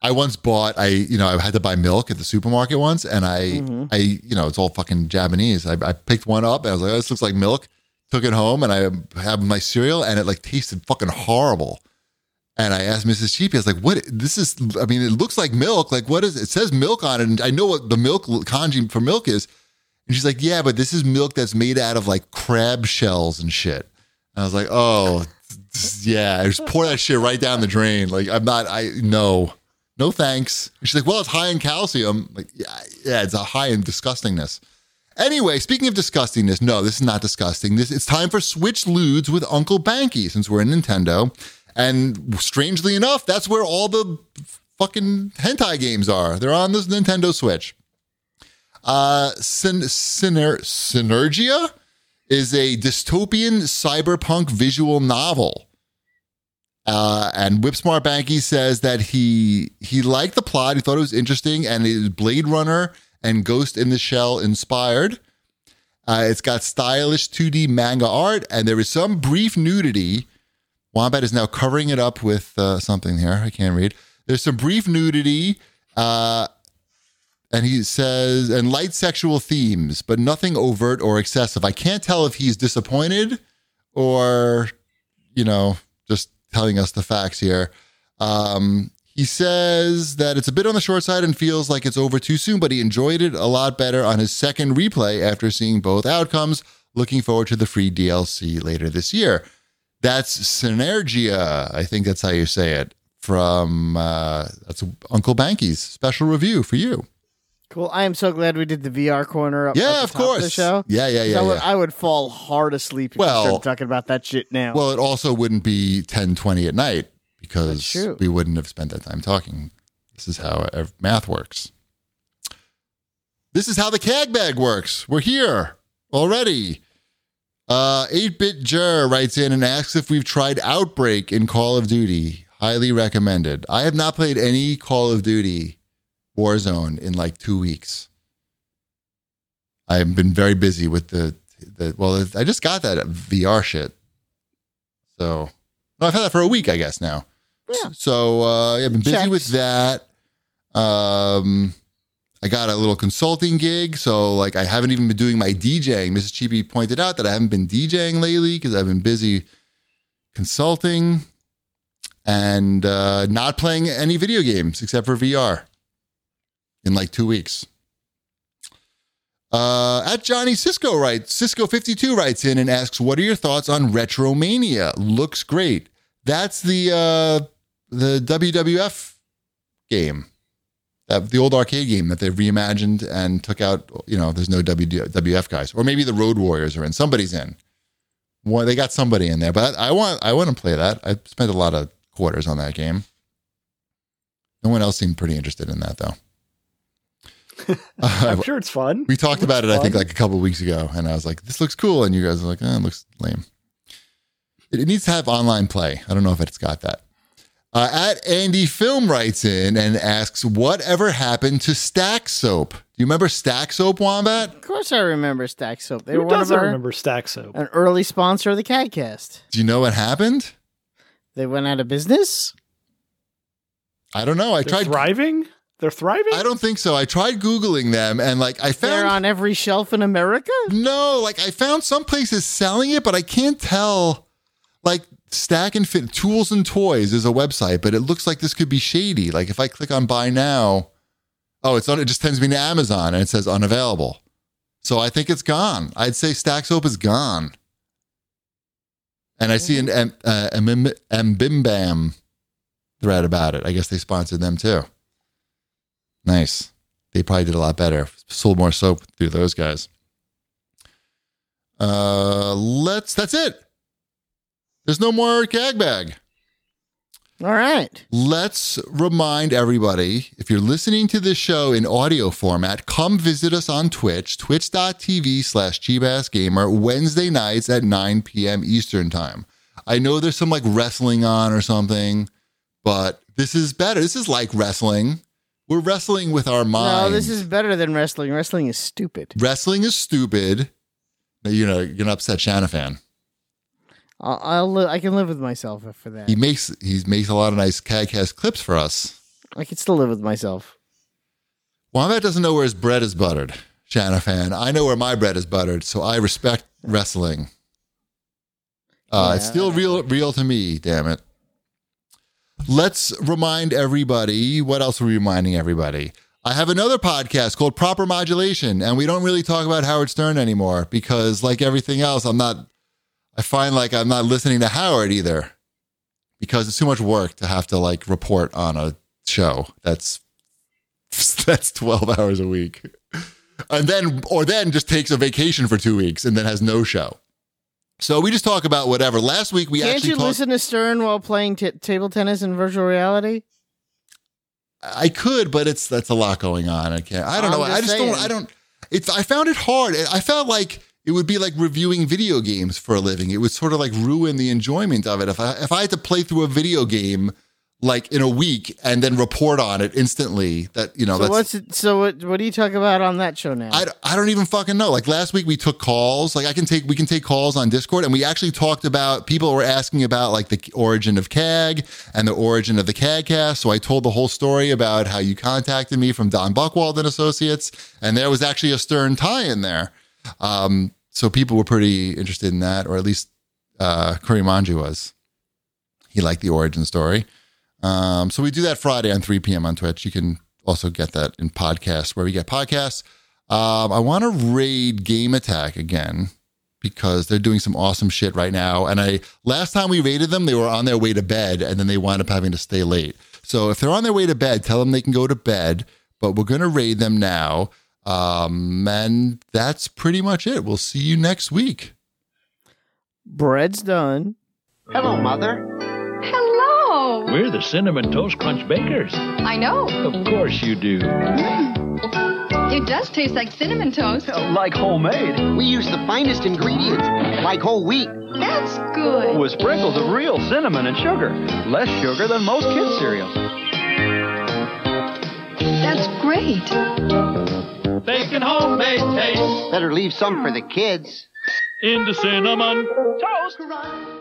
Speaker 2: I once bought I you know I had to buy milk at the supermarket once, and I I you know it's all fucking Japanese. I, I picked one up and I was like, oh, this looks like milk. Took it home and I had my cereal, and it like tasted fucking horrible. And I asked Mrs. Cheapy, I was like, "What? This is? I mean, it looks like milk. Like, what is? It, it says milk on it, and I know what the milk kanji for milk is." And she's like, "Yeah, but this is milk that's made out of like crab shells and shit." And I was like, "Oh, yeah." I just pour that shit right down the drain. Like, I'm not. I no no thanks. And she's like, well, it's high in calcium. Like, yeah, yeah, it's a high in disgustingness. Anyway, speaking of disgustingness, no, this is not disgusting. This it's time for Switch Ludes with Uncle Banky, since we're in Nintendo. And strangely enough, that's where all the fucking hentai games are. They're on this Nintendo Switch. Uh, Syn- Syner- Synergia is a dystopian cyberpunk visual novel. Uh, and Whipsmart Banky says that he he liked the plot. He thought it was interesting, and it is Blade Runner and Ghost in the Shell inspired. Uh, it's got stylish 2D manga art, and there is some brief nudity. Wombat is now covering it up with uh, something here. I can't read. There's some brief nudity, uh, and he says, and light sexual themes, but nothing overt or excessive. I can't tell if he's disappointed or you know, just telling us the facts here. Um, he says that it's a bit on the short side and feels like it's over too soon, but he enjoyed it a lot better on his second replay after seeing both outcomes. Looking forward to the free DLC later this year. That's Synergia. I think that's how you say it. From uh, that's Uncle Banky's special review for you.
Speaker 1: Cool. I am so glad we did the VR corner. Up,
Speaker 2: Yeah,
Speaker 1: at the
Speaker 2: of
Speaker 1: top
Speaker 2: course.
Speaker 1: the show.
Speaker 2: Yeah, yeah, yeah.
Speaker 1: I, would,
Speaker 2: yeah.
Speaker 1: I would fall hard asleep if
Speaker 2: Well-
Speaker 1: we started talking about that shit now.
Speaker 2: Well, it also wouldn't be 10, 20 at night
Speaker 1: That's
Speaker 2: because
Speaker 1: true.
Speaker 2: we wouldn't have spent that time talking. This is how ev- math works. This is how the CAG bag works. We're here already. Uh, 8-Bit Jer writes in and asks if we've tried Outbreak in Call of Duty. Highly recommended. I have not played any Call of Duty Warzone in like two weeks. I've been very busy with the, the well, I just got that VR shit. So no, I've had that for a week, I guess now.
Speaker 1: Yeah.
Speaker 2: So uh, yeah, I've been busy
Speaker 1: Checks.
Speaker 2: with that. Um, I got a little consulting gig, so like I haven't even been doing my DJing. Mrs. Chibi pointed out that I haven't been DJing lately because I've been busy consulting and uh, not playing any video games except for VR in like two weeks. Uh, at Johnny Cisco writes, Cisco 52 writes in and asks, What are your thoughts on Retromania? Looks great. That's the uh, the WWF game, that, the old arcade game that they've reimagined and took out. You know, there's no WWF guys, or maybe the Road Warriors are in. Somebody's in. Well, they got somebody in there, but I want I want to play that. I spent a lot of quarters on that game. No one else seemed pretty interested in that though. Uh,
Speaker 3: I'm sure it's fun.
Speaker 2: we talked about it, I think,
Speaker 3: fun.
Speaker 2: like a couple of weeks ago, and I was like, "This looks cool," and you guys were like, eh, "It looks lame." It, it needs to have online play. I don't know if it's got that. Uh, at Andy Film writes in and asks, "Whatever happened to Stack Soap? Do you remember Stack Soap, Wombat?
Speaker 1: of course, I remember Stack Soap. They were
Speaker 3: Who
Speaker 1: one of
Speaker 3: doesn't
Speaker 1: our
Speaker 3: remember Stack Soap?
Speaker 1: an early sponsor of the CADcast.
Speaker 2: Do you know what happened?
Speaker 1: They went out of business?
Speaker 2: I don't know. I
Speaker 3: They're
Speaker 2: tried.
Speaker 3: thriving. They're thriving.
Speaker 2: I don't think so. I tried googling them, and like I
Speaker 1: They're
Speaker 2: found
Speaker 1: on every shelf in America?
Speaker 2: no. Like I found some places selling it, but I can't tell. Like Stack and Fit Tools and Toys is a website, but it looks like this could be shady. Like if I click on Buy Now, oh, it's not. It just sends me to Amazon, and it says unavailable. So I think it's gone. I'd say Stack Soap is gone. And I see an M, uh, M, M, M Bim Bam thread about it. I guess they sponsored them too. Nice. They probably did a lot better. Sold more soap through those guys. Uh, let's. That's it. There's no more gag bag.
Speaker 1: All right.
Speaker 2: Let's remind everybody if you're listening to this show in audio format, come visit us on Twitch, twitch.tv slash GBassGamer, Wednesday nights at 9 p.m. Eastern Time. I know there's some like wrestling on or something, but this is better. This is like wrestling. We're wrestling with our minds.
Speaker 1: No, this is better than wrestling. Wrestling is stupid.
Speaker 2: wrestling is stupid. You know, you're gonna upset Shanafan.
Speaker 1: I'll, I'll li- I can live with myself for that.
Speaker 2: He makes he makes a lot of nice CADcast clips for us.
Speaker 1: I can still live with myself.
Speaker 2: Wombat doesn't know where his bread is buttered, Shanafan. I know where my bread is buttered, so I respect wrestling. Uh, It's
Speaker 1: Yeah.
Speaker 2: still real, real to me. Damn it. Let's remind everybody. What else are we reminding everybody? I have another podcast called Proper Modulation, and we don't really talk about Howard Stern anymore because, like everything else, I'm not. I find like I'm not listening to Howard either because it's too much work to have to like report on a show that's that's 12 hours a week and then or then just takes a vacation for two weeks and then has no show so we just talk about whatever last week we
Speaker 1: Can't
Speaker 2: actually
Speaker 1: you
Speaker 2: talked
Speaker 1: listen to Stern while playing t- table tennis in virtual reality?
Speaker 2: i could but it's that's a lot going on i can't i don't
Speaker 1: I'm
Speaker 2: know i
Speaker 1: just
Speaker 2: just don't
Speaker 1: saying.
Speaker 2: i don't it's i found it hard i felt like it would be like reviewing video games for a living it would sort of like ruin the enjoyment of it if i if i had to play through a video game like in a week and then report on it instantly that you know
Speaker 1: so
Speaker 2: Oh, that's
Speaker 1: what's it, so what? What do you talk about on that show now?
Speaker 2: I, I don't even fucking know. Like last week we took calls. Like I can take we can take calls on Discord and we actually talked about people were asking about like the origin of CAG and the origin of the CAGcast. So I told the whole story about how you contacted me from Don Buckwald and Associates, and there was actually a stern tie in there. Um, so people were pretty interested in that, or at least uh, Kurimanji was. He liked the origin story. Um, so we do that Friday on 3 p.m. on Twitch. You can also get that in podcasts where we get podcasts. Um, I want to raid Game Attack again because they're doing some awesome shit right now. And I last time we raided them, they were on their way to bed, and then they wound up having to stay late. So if they're on their way to bed, tell them they can go to bed. But we're gonna raid them now, um, and that's pretty much it. We'll see you next week.
Speaker 1: Bread's done.
Speaker 4: Hello, Mother.
Speaker 5: Hello.
Speaker 6: We're the Cinnamon Toast Crunch Bakers.
Speaker 5: I know.
Speaker 6: Of course you do.
Speaker 5: It does taste like cinnamon toast.
Speaker 6: Like homemade.
Speaker 4: We use the finest ingredients, like whole wheat.
Speaker 5: That's good.
Speaker 6: With sprinkles of real cinnamon and sugar. Less sugar than most kids' cereals.
Speaker 5: That's great.
Speaker 6: Baking homemade taste
Speaker 4: Better leave some for the kids.
Speaker 6: into cinnamon.
Speaker 5: Hurrah.